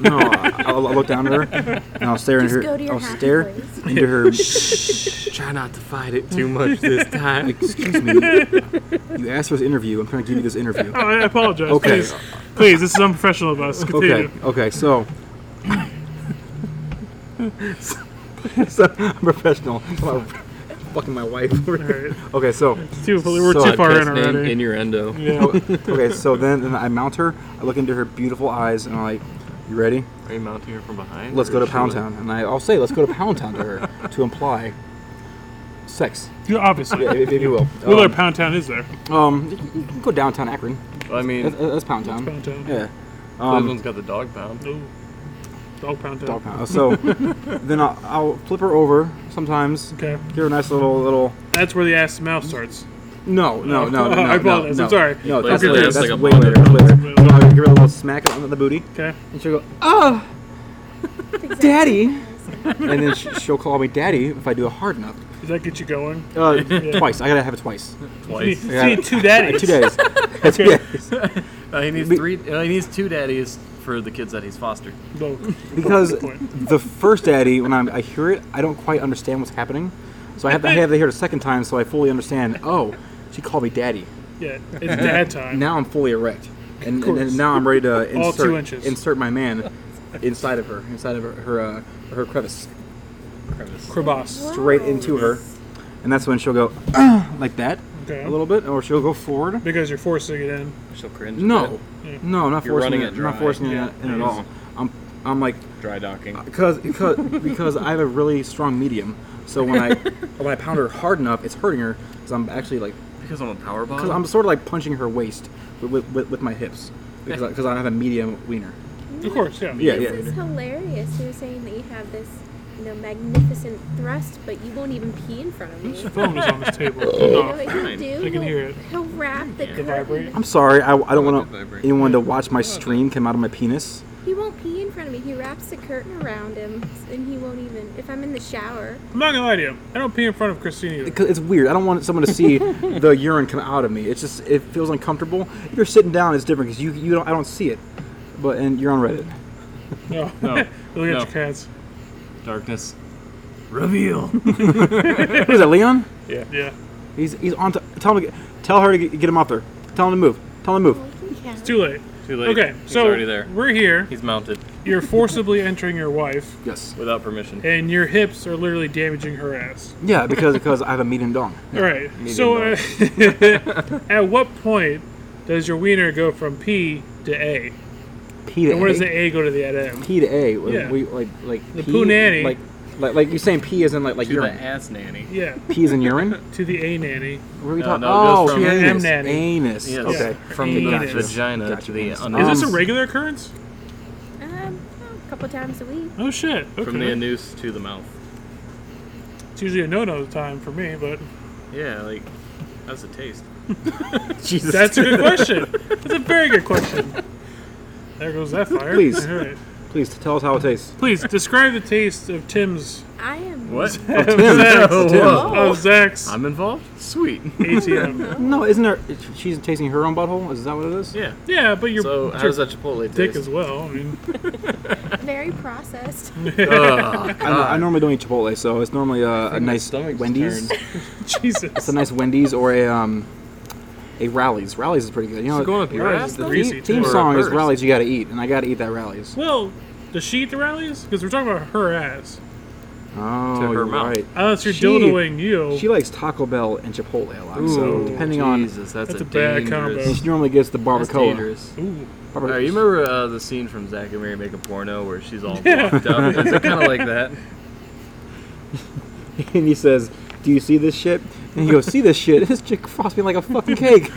L: no. I- I'll, I'll look down at her and I'll stare
E: Just
L: into
E: go to
L: her.
E: your
L: oh, I'll
E: happy
L: stare
E: place.
L: into her.
B: Try not to fight it too much this time.
L: Excuse me. You asked for this interview. I'm trying to give you this interview.
D: Oh, I apologize.
L: Okay.
D: Please. Please, this is unprofessional of us. Continue.
L: Okay. Okay. So. so I'm professional. I'm not fucking my wife.
D: right.
L: okay. So.
D: Too- we're
L: so
D: too far in
B: Podcast name,
D: already.
B: Innuendo.
D: Yeah.
L: okay. So then, then I mount her. I look into her beautiful eyes and I'm like, "You ready?
B: Are you mounting her from behind?
L: Let's
B: or
L: go to
B: should
L: Pound
B: I-
L: Town." And I, I'll say, "Let's go to Pound Town" to her to imply sex,
D: Yeah, obviously.
L: yeah, if, if you will.
D: What other
L: Um,
D: pound town is there?
L: um, you can- you can go downtown Akron.
B: I mean,
L: That's, that's Pound Town.
D: Pound town.
L: Yeah. Um,
B: Cleveland's got the dog pound.
D: Ooh. Oh. Dog pound town.
L: dog pound. So then I'll, I'll flip her over sometimes.
D: Okay.
L: Give her a nice little little.
D: That's where the ass to mouth starts.
L: No, no, no, no.
D: I
L: no,
D: apologize,
L: No,
D: I'm sorry.
L: No,
B: Like, that's
L: that's, later,
B: like
L: that's
B: a
L: way
B: mother.
L: later. later. No, I'll give her a little smack on the booty,
D: Okay.
L: and she'll go, "Oh,
D: "Ah."
L: daddy!" and then she, she'll call me daddy if I do it hard enough.
D: Does that get you going?
L: Uh, Twice. I gotta have it twice.
B: Twice.
D: See,
L: Yeah.
D: two daddies.
L: Two days. Two days.
B: Uh, he needs three. Uh, he needs two daddies for the kids that he's fostered.
D: Whoa.
L: Because
D: Good point.
L: the first daddy, when I'm, I hear it, I don't quite understand what's happening. So I have, to, I have to hear it a second time so I fully understand. Oh, she called me daddy.
D: Yeah, it's dad time.
L: Now I'm fully erect, and, and,
D: course.
L: now I'm ready to
D: All
L: insert
D: two inches.
L: insert my man inside of her, inside of her her, uh, her crevice,
D: Crevasse.
L: straight into her, and that's when she'll go "Ah," like that
D: Okay.
L: a little bit, or she'll go forward.
D: Because you're forcing it in.
B: She'll cringe. a
L: No,
D: Yeah.
L: no, I'm not
B: You're
L: forcing
B: running
L: it.
B: it
L: I'm not
B: dry.
L: forcing
D: Yeah.
L: it in at all. I'm I'm like
B: bit. Dry docking.
L: because because because I have a really strong medium. So when I when I pound her hard enough, it's hurting her. So I'm actually like
B: because I'm a power bomb.
D: Oh.
L: Because I'm sort of like punching her waist with, with, with my hips because I, because I have a medium wiener.
D: Of course, yeah.
L: Yeah, yeah.
E: This is hilarious. You were saying that you have this, you know, magnificent thrust, but you won't even pee in front of me.
D: Whose phone is on this table?
E: You know what he'll
D: Fine.
E: do?
D: I can
E: He'll-
D: hear it.
E: He'll wrap the
D: The
E: curtain.
D: vibrator.
L: I'm sorry. I, I don't
D: Oh, it
L: want
D: did vibrate.
L: anyone to watch my stream come out of my penis.
E: He won't pee in front of me. He wraps the curtain around him, and he won't even. If I'm in the shower,
D: I'm not gonna lie to you. I don't pee in front of Christine either.
L: Because It's weird. I don't want someone to see the urine come out of me. It's just it feels uncomfortable. If you're sitting down, it's different because you you don't I don't see it. But and you're on Reddit.
D: No.
B: No.
D: Look
B: no.
D: at your cats.
B: Darkness. Reveal.
L: Who's that, Leon?
D: Yeah. Yeah.
L: He's he's on. T- tell him to get, tell her to get, get him off there. Tell him to move. Tell him to move.
D: It's too late.
B: Too late.
D: Okay,
B: He's
D: so
B: already there.
D: we're here.
B: He's mounted.
D: You're forcibly entering your wife,
L: Yes.
B: Without permission.
D: and your hips are literally damaging her ass.
L: Yeah, because because I have a medium dong.
D: All right.
L: Medium
D: So, uh, at what point does your wiener go from P to A?
L: P to
D: and where does
L: A?
D: the A go to the at end?
L: P to A. We-
D: Yeah.
L: We like like
D: The
L: P,
D: poo nanny.
L: Like like, like you're saying P is in like like
B: to
L: urine.
B: the ass nanny.
D: Yeah.
L: P is in urine.
D: To the A nanny.
L: What are we
B: No,
L: talking?
B: no, it goes
L: oh,
B: from-
L: anus.
D: M nanny.
L: Anus.
B: Yes.
L: Okay.
B: From the
D: Anus.
B: vagina to the
D: Is
B: anus.
D: this a regular occurrence?
E: um, oh, a couple times a week.
D: Oh shit. Okay.
B: From the anus to the mouth.
D: it's usually a no-no time for me, but
B: Yeah, like how's it taste?
L: Jesus.
D: that's a good question. That's a very good question. There goes that fire.
L: Please.
D: All right.
L: Please tell us how it tastes.
D: Please describe the taste of Tim's.
E: I am.
B: What?
L: Oh, Tim.
D: Zach's.
L: Oh, Tim.
D: Of Zach's
B: I'm involved? Sweet.
D: ATM.
L: No, isn't there? She's tasting her own butthole. Is that what it is?
B: Yeah.
D: Yeah, but your,
B: So
D: your
B: how does that Chipotle taste?
D: dick as well. I mean,
E: Very processed.
B: Ugh.
L: I, I normally don't eat Chipotle, so it's normally uh, a, a nice Wendy's.
D: Jesus.
L: It's a nice Wendy's or a um, a Rallies. Rallies is pretty good. You know,
B: it going up your
L: Rally's
B: ass,
L: is The
B: though?
L: theme,
B: Greasy,
L: theme
B: too. Or
L: song is
B: burgers.
L: Rallies. You got to eat, and I got to eat that Rallies.
D: Well, does she eat the rallies? Because we're talking about her ass.
L: Oh,
B: To her
L: you're
B: mouth.
L: right.
D: Unless you're
L: She-
D: dildoing you.
L: She likes Taco Bell and Chipotle a lot. so
B: Ooh,
L: depending
B: Jesus, that's,
D: That's
B: a,
D: a bad
B: dangerous-
D: combo.
L: on, she normally gets the
B: That's
L: barbacoa.
B: dangerous.
D: Ooh.
B: All
L: Barbacoa.
B: right, you remember uh, the scene from Zack and Mary Make a Porno where she's all
D: Yeah.
B: blocked up? Is it kind of like that?
L: and he says, "Do you see this shit?" And he goes, "See this shit? This chick frosts me like a fucking cake."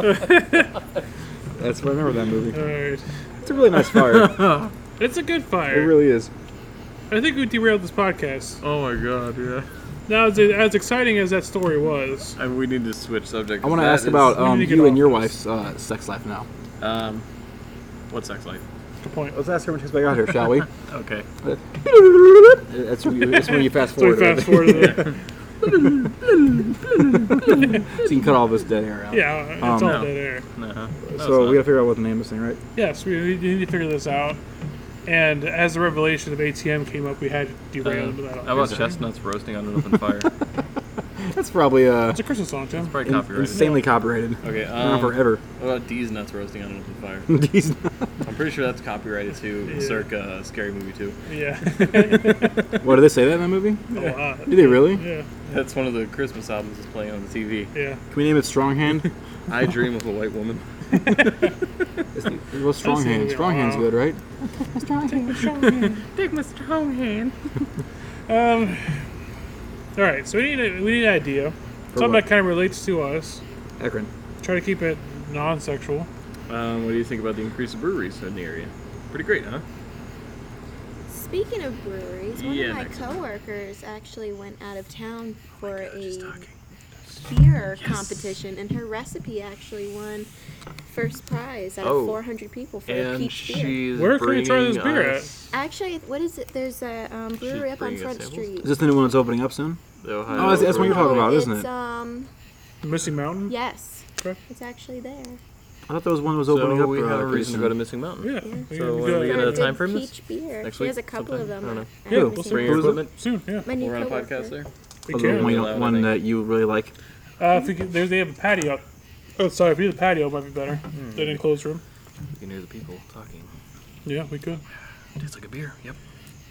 L: That's what I remember that movie.
D: All right.
L: It's a really nice fire.
D: It's a good
L: It
D: fire.
L: really is.
D: I think we derailed this podcast.
B: Oh my god, yeah.
D: Now, as, as exciting as that story was,
B: I, we need to switch subject.
L: I want to
B: That
L: ask
B: is-
L: about
D: We need
L: um,
D: to get
L: you
D: off
L: and your
D: this.
L: wife's uh, sex life now.
B: um, what's sex life?
D: good point.
L: Let's ask her when she's back out here, shall we?
B: Okay.
L: that's, when you- that's when you fast
D: So we
L: forward.
D: fast forward. to the-
L: so you can cut all this dead air out.
D: yeah, it's all
L: Um,
B: no.
D: dead air.
B: Uh-huh.
L: So we gotta figure out what the name of this thing, right?
D: Yes, we we need to figure this out. And as the revelation of ATM came up, we had to derail
B: Uh,
D: that.
B: how about chestnuts roasting on an open fire? It's
L: That's probably uh,
D: It's a Christmas song, Tim.
B: probably
L: in-
B: copyrighted.
L: insanely copyrighted.
B: Okay,
L: Around
B: um,
L: forever.
B: What about D's nuts roasting on an open fire?
L: These-
B: I'm pretty sure that's copyrighted too,
D: Yeah.
B: circa Scary Movie 2.
D: Yeah.
L: what do they say that in that movie?
D: a lot.
L: Do they really? Can
D: Yeah.
B: That's one of the Christmas albums that's playing on the TV.
D: Yeah.
L: we name it Stronghand?
B: I Dream of a White Woman.
L: It's, well,
D: seen
L: Stronghand.
D: it.
L: Stronghand's good, right?
G: Take my strong hand.
D: Um. All right, so we need a, we need an idea. Something
L: what?
D: that kind of relates to us.
L: Akron.
D: Try to keep it non-sexual.
B: Um, what do you think about the increase of breweries in the area? Pretty great, huh?
E: Speaking of breweries, one
B: Yeah,
E: of my
B: next. Oh
E: coworkers actually went out of town for a beer competition, and her recipe actually won first prize out
B: Oh.
E: of 400 people for a
B: And
E: peach beer.
B: she's
D: Where can we try this
B: bringing
D: beer
B: us
E: Actually, what is it? There's a um, brewery up on
B: bringing us
E: Front
B: samples?
E: Street.
L: Is this the new one that's opening up soon?
B: The Ohio
L: Oh, that's- that's what you're
B: Brewery.
L: talking about,
E: it's,
L: isn't it?
E: Um,
D: Missing Mountain.
E: yes,
D: Okay.
E: it's actually there.
L: I thought there was one that was
B: So
L: opening up.
B: we
L: uh,
B: have a reason to
L: pretty
B: go to Missing Mountain.
D: Yeah.
E: Yeah.
D: we
B: So
D: can
B: when
D: do that.
B: we get
E: For
B: a
E: big
B: time for this?
E: Peach beer.
B: Next
E: she has a
B: week
E: couple
B: sometime?
E: of
B: I
E: them.
B: don't
E: at
D: Yeah,
E: Missing
D: we'll see.
B: Bring
E: Mountain.
B: your
L: What was it?
B: equipment.
D: Soon. Yeah.
E: My new
B: We're on a
E: coworker.
B: podcast there.
D: We
L: soon.
D: can.
L: One,
B: Yeah.
L: one that you really like.
D: Uh, if we could, there's, they have a patio. Oh, sorry. If we do the patio, it might be better.
B: Hmm.
D: That enclosed room.
B: You can hear the people talking.
D: Yeah, we could.
B: Tastes like a beer. Yep.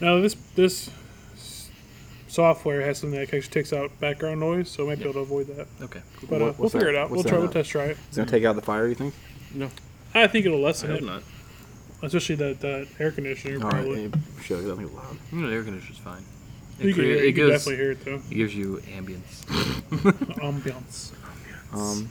D: Now this this s- software has something that actually takes out background noise, so I might be able to avoid that.
B: Okay.
D: But uh,
L: What-
D: we'll
L: what's
D: figure
L: that-
D: it out.
L: what's
D: We'll try.
L: that
D: We'll
L: about?
D: test try it.
L: It's gonna take out the fire, you think?
D: I think it'll
B: I
D: lessen
B: hope
D: it,
B: not.
D: especially that, that air conditioner
L: All right,
D: probably.
L: it shows. I think it's loud.
B: You know, the air Mm, conditioner's fine.
D: You can-
B: clear-
D: you can definitely hear it, though.
B: It gives you ambience.
D: Ambiance.
O: Um,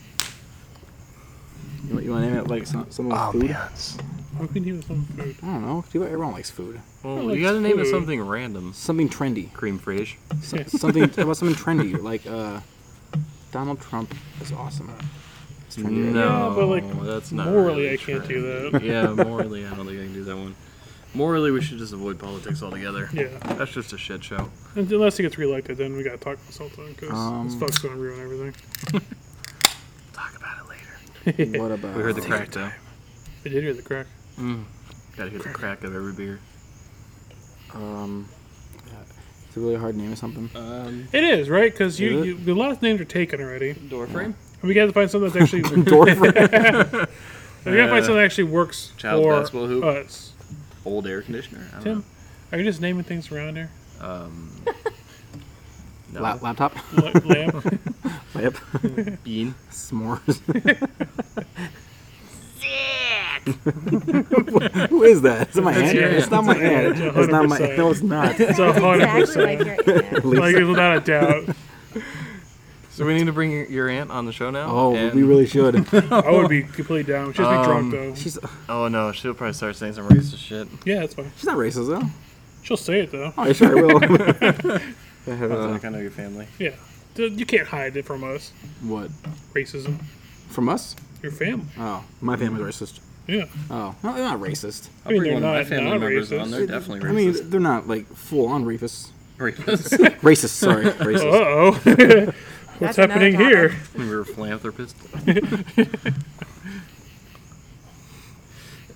L: You, want- you want to name it like some, something with food?
D: How can you have some food?
L: I don't know. Do everyone likes food?
D: Well, Everyone you gotta likes name it food. something
B: random.
L: Something trendy.
B: Cream fish.
L: So, something how about something trendy like uh, Donald Trump is awesome. It's trendy.
B: No,
D: Yeah, but, like,
B: that's not
D: morally,
B: really
D: I can't
B: true.
D: do that.
B: yeah, morally, I don't think I can do that one. Morally, we should just avoid politics altogether.
D: Yeah.
B: that's just a shit show.
D: And Unless he gets reelected, then we gotta talk about something because this
B: Um,
D: fuck's gonna ruin everything.
L: what about?
B: We heard the crack though.
D: I did hear the crack.
B: Mm. Gotta hear the crack of every beer.
L: Um, it's a really hard name or something.
B: Um,
D: It is right because you,
L: Is it?
D: you the last names are taken already.
B: Doorframe.
D: And we gotta find something that's actually
L: Doorframe.
D: we gotta
B: Uh,
D: find something that actually works
B: Child
D: for
B: basketball hoop. Uh-huh.
D: us.
B: Old air conditioner. I don't
D: Tim, are you just naming things around here?
B: know. Um, no.
L: La- laptop.
D: La- lamp.
L: Lamp.
B: Bean.
L: S'mores. Who is that? Is it my
D: That's
L: aunt?
D: your
L: It's not my aunt.
D: It's
L: It's not my.
D: 100%.
L: No, it's not.
D: It's a hundred percent.
L: Lisa.
D: Like without a doubt.
B: So we need to bring your, your aunt on the show now.
L: Oh,
B: and-
L: we really should.
D: I would be completely down. She'd just be drunk though.
B: oh no, she'll probably start saying some racist shit.
D: Yeah, that's fine.
L: She's not racist though.
D: She'll say it though.
L: Oh, I sure will.
B: Like, I know your family.
D: Yeah, Dude, you can't hide it from us.
L: What?
D: Racism.
L: From us?
D: Your family.
L: Oh, my family's racist.
D: Yeah.
L: Oh, no, they're not racist.
D: I mean, they're not not racist.
L: I mean, they're not like full on rapists.
B: Rapists.
L: racist. Sorry, racist.
D: Oh. Uh-oh. What's
B: That's
D: happening
B: another
D: here?
B: We were philanthropists.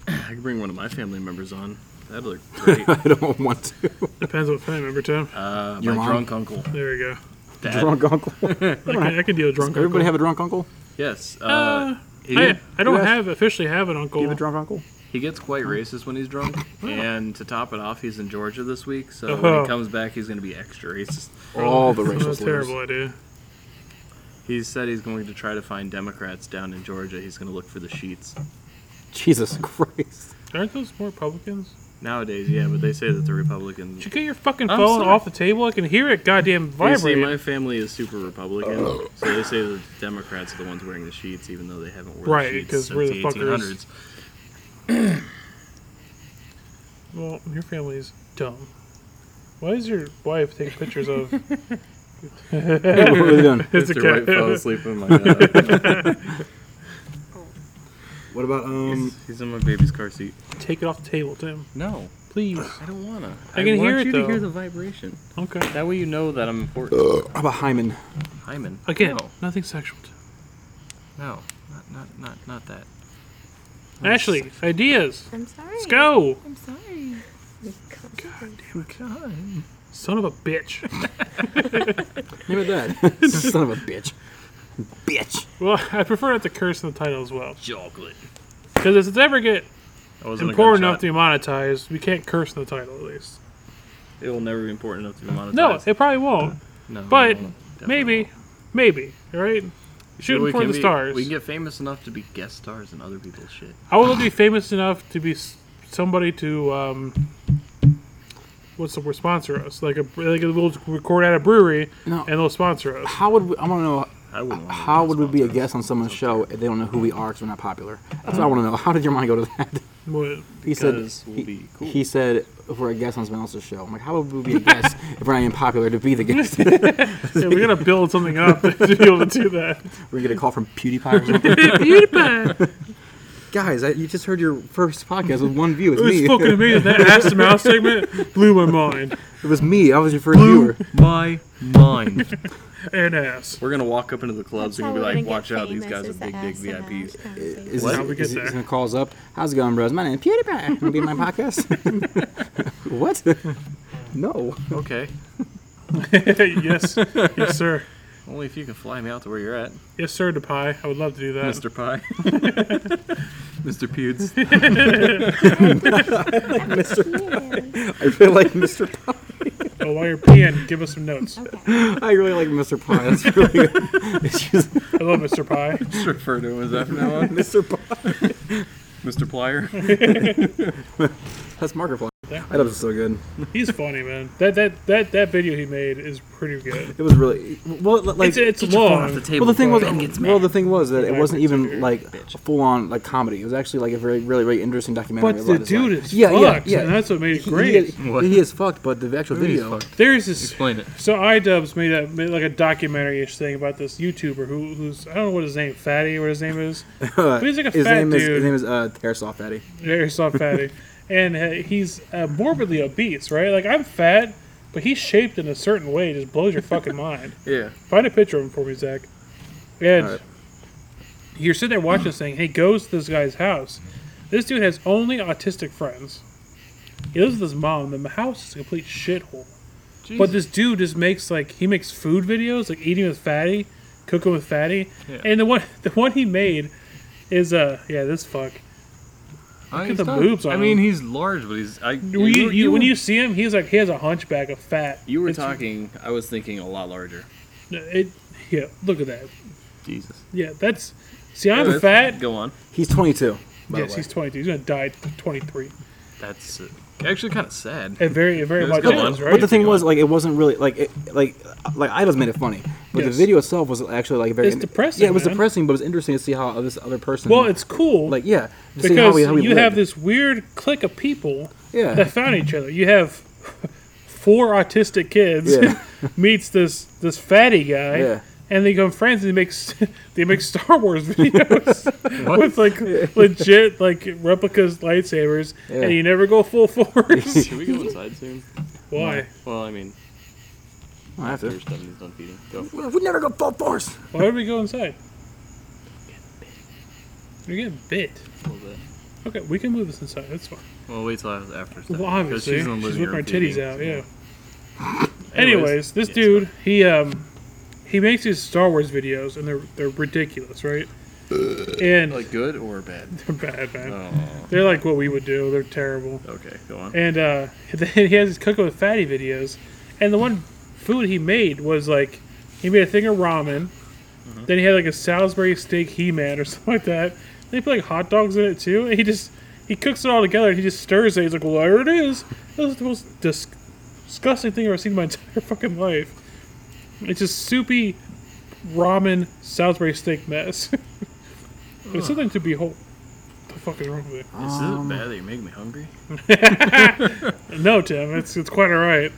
B: I could bring one of my family members on. That'd look great.
L: I don't want to.
D: Depends what family member, Tim.
B: Uh,
L: Your
B: my
L: mom?
B: drunk uncle.
D: There you go.
B: Dad.
L: Drunk uncle.
D: I, can, I can deal with drunk.
L: Does everybody
D: uncle.
L: have a drunk uncle?
B: Yes. Uh,
D: Uh,
B: he,
D: I, I don't
B: Yes.
D: have officially have an uncle.
B: you have a
L: drunk uncle?
B: he gets quite racist when he's drunk. And to top it off, he's in Georgia this week. So when
D: Oh.
B: he comes back, he's going to be extra racist.
L: All the
D: That's
L: racial
D: a
L: slurs.
D: terrible idea.
B: He said he's going to try to find Democrats down in Georgia. He's going to look for the sheets.
L: Jesus Christ.
D: Aren't those more Republicans?
B: Nowadays, yeah, but they say that the Republicans.
D: Did you get your fucking
B: I'm
D: phone
B: sorry.
D: off the table? I can hear it goddamn
B: They say
D: vibrate. Uh-huh.
B: my family is super Republican, so they say the Democrats are the ones wearing the sheets, even though they haven't worn
D: Right,
B: the sheets
D: because
B: since
D: we're
B: the
D: the fuckers.
B: 1800s.
D: Well, your family's dumb. Why is your wife taking pictures of? what
L: are we doing?
D: It's a
B: Mr.
D: cat.
B: White fell asleep in my, uh,
L: What about um?
B: he's, he's in my baby's car seat.
D: Take it off the table, Tim.
B: No,
D: please.
B: I don't wanna.
D: I can
B: want
D: hear it
B: you
D: though.
B: to hear the vibration.
D: Okay.
B: That way you know that I'm important.
L: How about Hyman?
B: Hyman.
D: Again,
B: No,
D: nothing sexual. Tim.
B: no, not not not not that.
D: Ashley, ideas.
Q: I'm sorry.
D: Let's go.
Q: I'm sorry. God
B: damn
D: Son of a bitch.
L: Name it that. Son of a bitch. Bitch.
D: Well, I prefer not to curse in the title as well.
B: Chocolate.
D: Because if it's ever get
B: That wasn't a
D: important enough
B: gunshot.
D: to be monetized, we can't curse in the title at least.
B: It will never be important enough to be monetized.
D: No, it probably won't.
B: No, it
D: but
B: won't.
D: maybe, maybe. All right, shooting
B: We
D: for
B: can
D: the
B: be-
D: stars.
B: We can get famous enough to be guest stars in other people's shit.
D: I would love to be famous enough to be s- somebody to um, what's the word sponsor us? Like a like we'll record at a brewery
L: No.
D: and they'll sponsor us.
L: How would we, I want to know?
B: I wouldn't want
L: How would we be a guest on someone's show if they don't know who we are because we're not popular? That's what I want to know. How did your mind go to that?
D: What?
L: He said.
B: Because we'll
L: he,
B: be cool.
L: he said if we're a guest on someone else's show. I'm like, how would we be a guest if we're not even popular to be the guest?
D: Yeah, we're gonna build something up to be able to do that.
L: We're gonna get a call from PewDiePie. Or something.
D: PewDiePie.
L: Guys, I, you just heard your first podcast with one view. It's
D: It was
L: me.
D: fucking amazing. That ass to mouth segment blew my mind.
L: It was me. I was your first viewer.
B: My mind.
D: And ass.
B: We're gonna walk up into the clubs and
E: That's
B: be
E: how we're
B: like,
E: gonna
B: "Watch
E: get
B: out, these
E: famous
B: guys are
E: is the
B: big, big
E: ass amount.
B: VIPs."
L: Is
B: What?
L: this,
B: How we
D: get
L: is
D: there.
L: this gonna call us up? How's it going, bros? My name is PewDiePie. Wanna be on my podcast? what? No.
B: Okay.
D: yes, yes, sir.
B: Only if you can fly me out to where you're at,
D: Yes, sir. To pie. I would love to do that.
B: Mr. Pie, Mr. Pewds.
L: Mr. I feel like Mr. Pie.
D: Oh, while you're peeing, give us some notes.
L: I really like Mr. Pie. That's really good. It's just
D: I love Mr. Pie.
B: Just refer to him as that from now on.
L: Mr. Pie.
B: Mr. Plier.
L: That's Markiplier.
D: something.
L: That was so good.
D: He's funny, man. That that that that video he made is pretty good.
L: It was really well, li- like
D: It's- it's Get your phone long. off the table,
L: well, the thing was,
D: bro. Ben gets
L: well, the thing was that it wasn't even like a full on like comedy. It was actually like a very, really, really interesting documentary.
D: But
L: about
D: the
L: his
D: dude
L: life.
D: is fucked, and that's what made it
L: He- he
D: great.
L: is-
D: What?
L: He, is fucked, but the actual
D: What do you mean
L: video.
D: he's fucked? There's this. Explain it. So iDubbbz made a made like a documentary-ish thing about this YouTuber who who's I don't know what his name, Fatty, what his name is. but he's like a
L: uh, his
D: fat
L: name
D: dude.
L: is his name is uh, Tarasoff Fatty.
D: Yeah, you're so fatty. and uh, he's uh, morbidly obese, right? Like, I'm fat, but he's shaped in a certain way. It just blows your fucking mind.
L: Yeah.
D: Find a picture of him for me, Zach. And
L: Alright.
D: you're sitting there watching this thing. He goes to this guy's house. This dude has only autistic friends. He lives with his mom. The house is a complete shithole. But
B: Jesus.
D: this dude just makes like he makes food videos, like eating with fatty, cooking with fatty,
B: Yeah.
D: and the one the one he made is uh yeah this fuck. Look
B: Uh,
D: at
B: he's
D: the
B: not-
D: boobs on
B: I mean,
D: him.
B: he's large, but he's. I,
D: When you, you- when you see him, he's like he has a hunchback of fat.
B: You were
D: It's-
B: talking. I was thinking a lot larger.
D: It, yeah, look at that.
B: Jesus.
D: Yeah, that's. See, I'm
B: Anyways,
D: fat.
B: Go on.
L: He's 22. by the
D: yes,
L: way.
D: he's 22. He's gonna die at 23.
B: That's uh, actually kind of sad.
D: It very, it very
B: Yes,
D: much
B: go
D: is,
B: on.
D: right?
L: But the thing was, like, it wasn't really like it, like like idols made it funny, but
D: Yes.
L: the video itself was actually like very.
D: It's depressing,
L: Yeah, it was
D: man.
L: depressing, but it was interesting to see how this other person.
D: Well, it's cool.
L: Like, yeah, to see how
D: because
L: we, how we
D: you
L: lived.
D: have this weird clique of people
L: Yeah.
D: that found each other. You have four autistic kids
L: Yeah.
D: meets this this fatty guy.
L: Yeah.
D: And they become friends, and they make s- they make Star Wars videos with like legit like replicas lightsabers,
B: Yeah.
D: and you never go full force.
B: Should we go inside soon?
D: Why?
B: Well, I mean,
L: I have
B: after Stephanie's done feeding, go.
L: we never go full force.
D: Why would we go inside? You're getting bit.
B: A little bit.
D: Okay, we can move this inside. That's fine.
B: Well, wait till I was after. Stephanie,
D: Well,
B: 'cause
D: obviously, she's,
B: in the living
D: whipping her
B: room
D: titties
B: feeding.
D: out. Yeah.
B: Anyways,
D: Anyways, this dude, he um, he makes these Star Wars videos, and they're they're ridiculous, right? And
B: like good or bad?
D: they're bad, man.
B: Oh.
D: They're like what we would do. They're terrible.
B: Okay, go on.
D: And uh, then he has his cooking with fatty videos, and the one food he made was like he made a thing of ramen. Then he had like a Salisbury steak he man or something like that. They put like hot dogs in it too, and he just he cooks it all together and he just stirs it. He's like, well, there it is. That was the most dis- disgusting thing I've ever seen in my entire fucking life. It's just soupy ramen Salisbury steak mess. it's
B: Ugh.
D: something to behold. What the fuck is wrong with it?
B: This isn't bad. They make me hungry.
D: no, Tim, it's it's quite all right.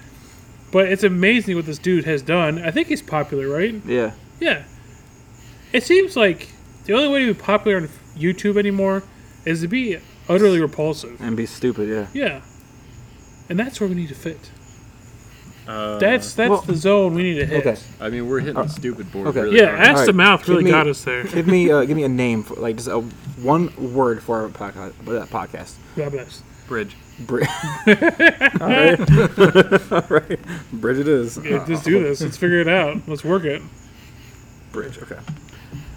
D: But it's amazing what this dude has done. I think he's popular, right?
L: Yeah.
D: Yeah. It seems like the only way to be popular on YouTube anymore is to be utterly repulsive.
L: And be stupid, yeah.
D: Yeah. And that's where we need to fit.
B: Uh,
D: That's that's the zone we need to hit.
L: okay.
B: I mean, we're
D: uh,
B: hitting the stupid board.
L: Okay.
B: Really hard.
D: ass to mouth
L: give
D: really
L: me-
D: got us there.
L: Give me, uh, give me a name for like just a, one word for our podcast. For that podcast.
D: God bless.
B: Bridge.
L: Bri- All right. All right. Bridge it is. Uh,
D: Yeah, just do this. Let's figure it out. Let's work it.
L: Bridge. Okay.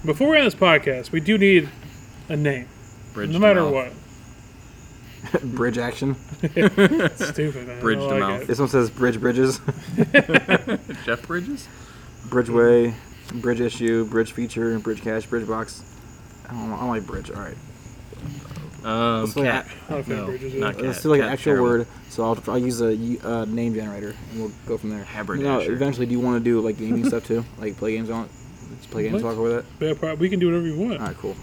D: Before we end this podcast, we do need a name.
B: Bridge
D: no
B: to
D: matter
B: mouth.
D: what.
L: Bridge action.
D: Stupid, man. I
B: Bridge to
D: like
B: mouth.
D: it.
L: This one says bridge bridges.
B: Jeff Bridges.
L: Bridgeway, bridge issue, bridge feature, bridge cash, bridge box. I don't, know, I don't like bridge. All right.
B: Um,
L: Let's do like
B: cat.
L: a-
B: No, not cat.
L: Let's do like an
B: Cat's
L: actual
B: terrible.
L: word. So I'll, I'll use a u- uh, name generator and we'll go from there. Now,
B: Haberdasher.
L: eventually, do you want to do like gaming stuff too? Like play games on it? Just play games
D: What?
L: talk with it?
D: Yeah, pro- we can do whatever you want.
L: All right, cool.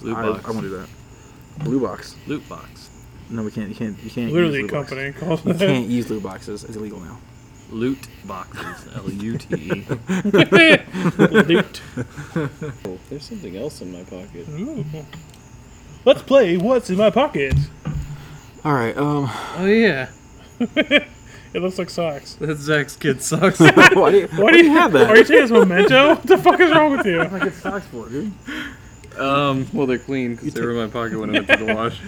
B: Loot
L: I,
B: box.
L: I want to do that. Blue box.
B: Loot box.
L: No, we can't. You can't. You can't.
D: Literally
L: use
D: a
L: loot box.
D: company called
L: You
D: that.
L: can't use loot boxes. It's illegal now.
B: Loot boxes. L U T E.
D: Loot.
B: There's something else in my pocket.
D: Ooh. Let's play What's in My Pocket.
L: All right. Um.
B: Oh yeah.
D: it looks like socks.
B: That Zach's kid sucks.
L: Why do you,
D: Why do you have that? Are you taking this memento? What the fuck is wrong with you?
L: Like it sucks for dude.
B: Um, well, they're clean because they were in my pocket when I went to the wash.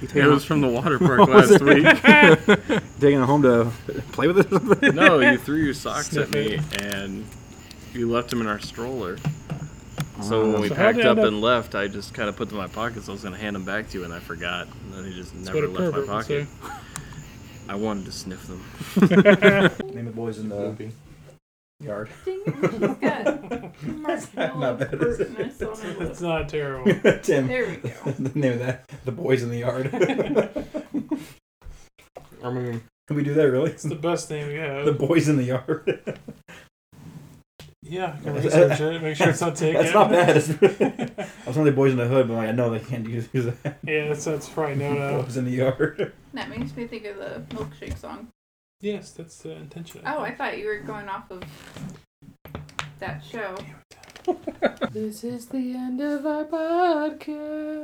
L: take
B: It
L: them
B: was
L: out.
B: from the water
L: What
B: park
L: was
B: last
L: it?
B: week.
L: Taking it home to play with it. Or something?
B: no, you threw your socks at
D: Sniff
B: me and you left them in our stroller. So
L: Oh.
B: when we
D: So how'd
B: packed
D: they
B: up
D: end up-
B: and left, I just kind of put them in my pockets. I was going to hand them back to you, and I forgot. And then they just
D: what
B: never
D: a
B: left my
D: pervert would
B: pocket. I wanted to sniff them.
C: Name the boys in the yard.
R: Not
C: bad, is it?
D: It's not terrible.
C: Tim.
R: There we go.
C: the name of that. The boys in the yard. I mean, can we do that really?
D: It's the best thing we have.
C: The boys in the yard.
D: Yeah, I can research it, make sure it's not taken.
C: That's not bad. It's I was only boys in the hood, but I'm like, I know they can't use use that.
D: Yeah, that's, that's probably no no.
C: Boys in the yard.
G: That makes me think of the milkshake song.
D: Yes, that's the intention.
G: Oh, I thought you were going off of that show.
S: This is the end of our podcast.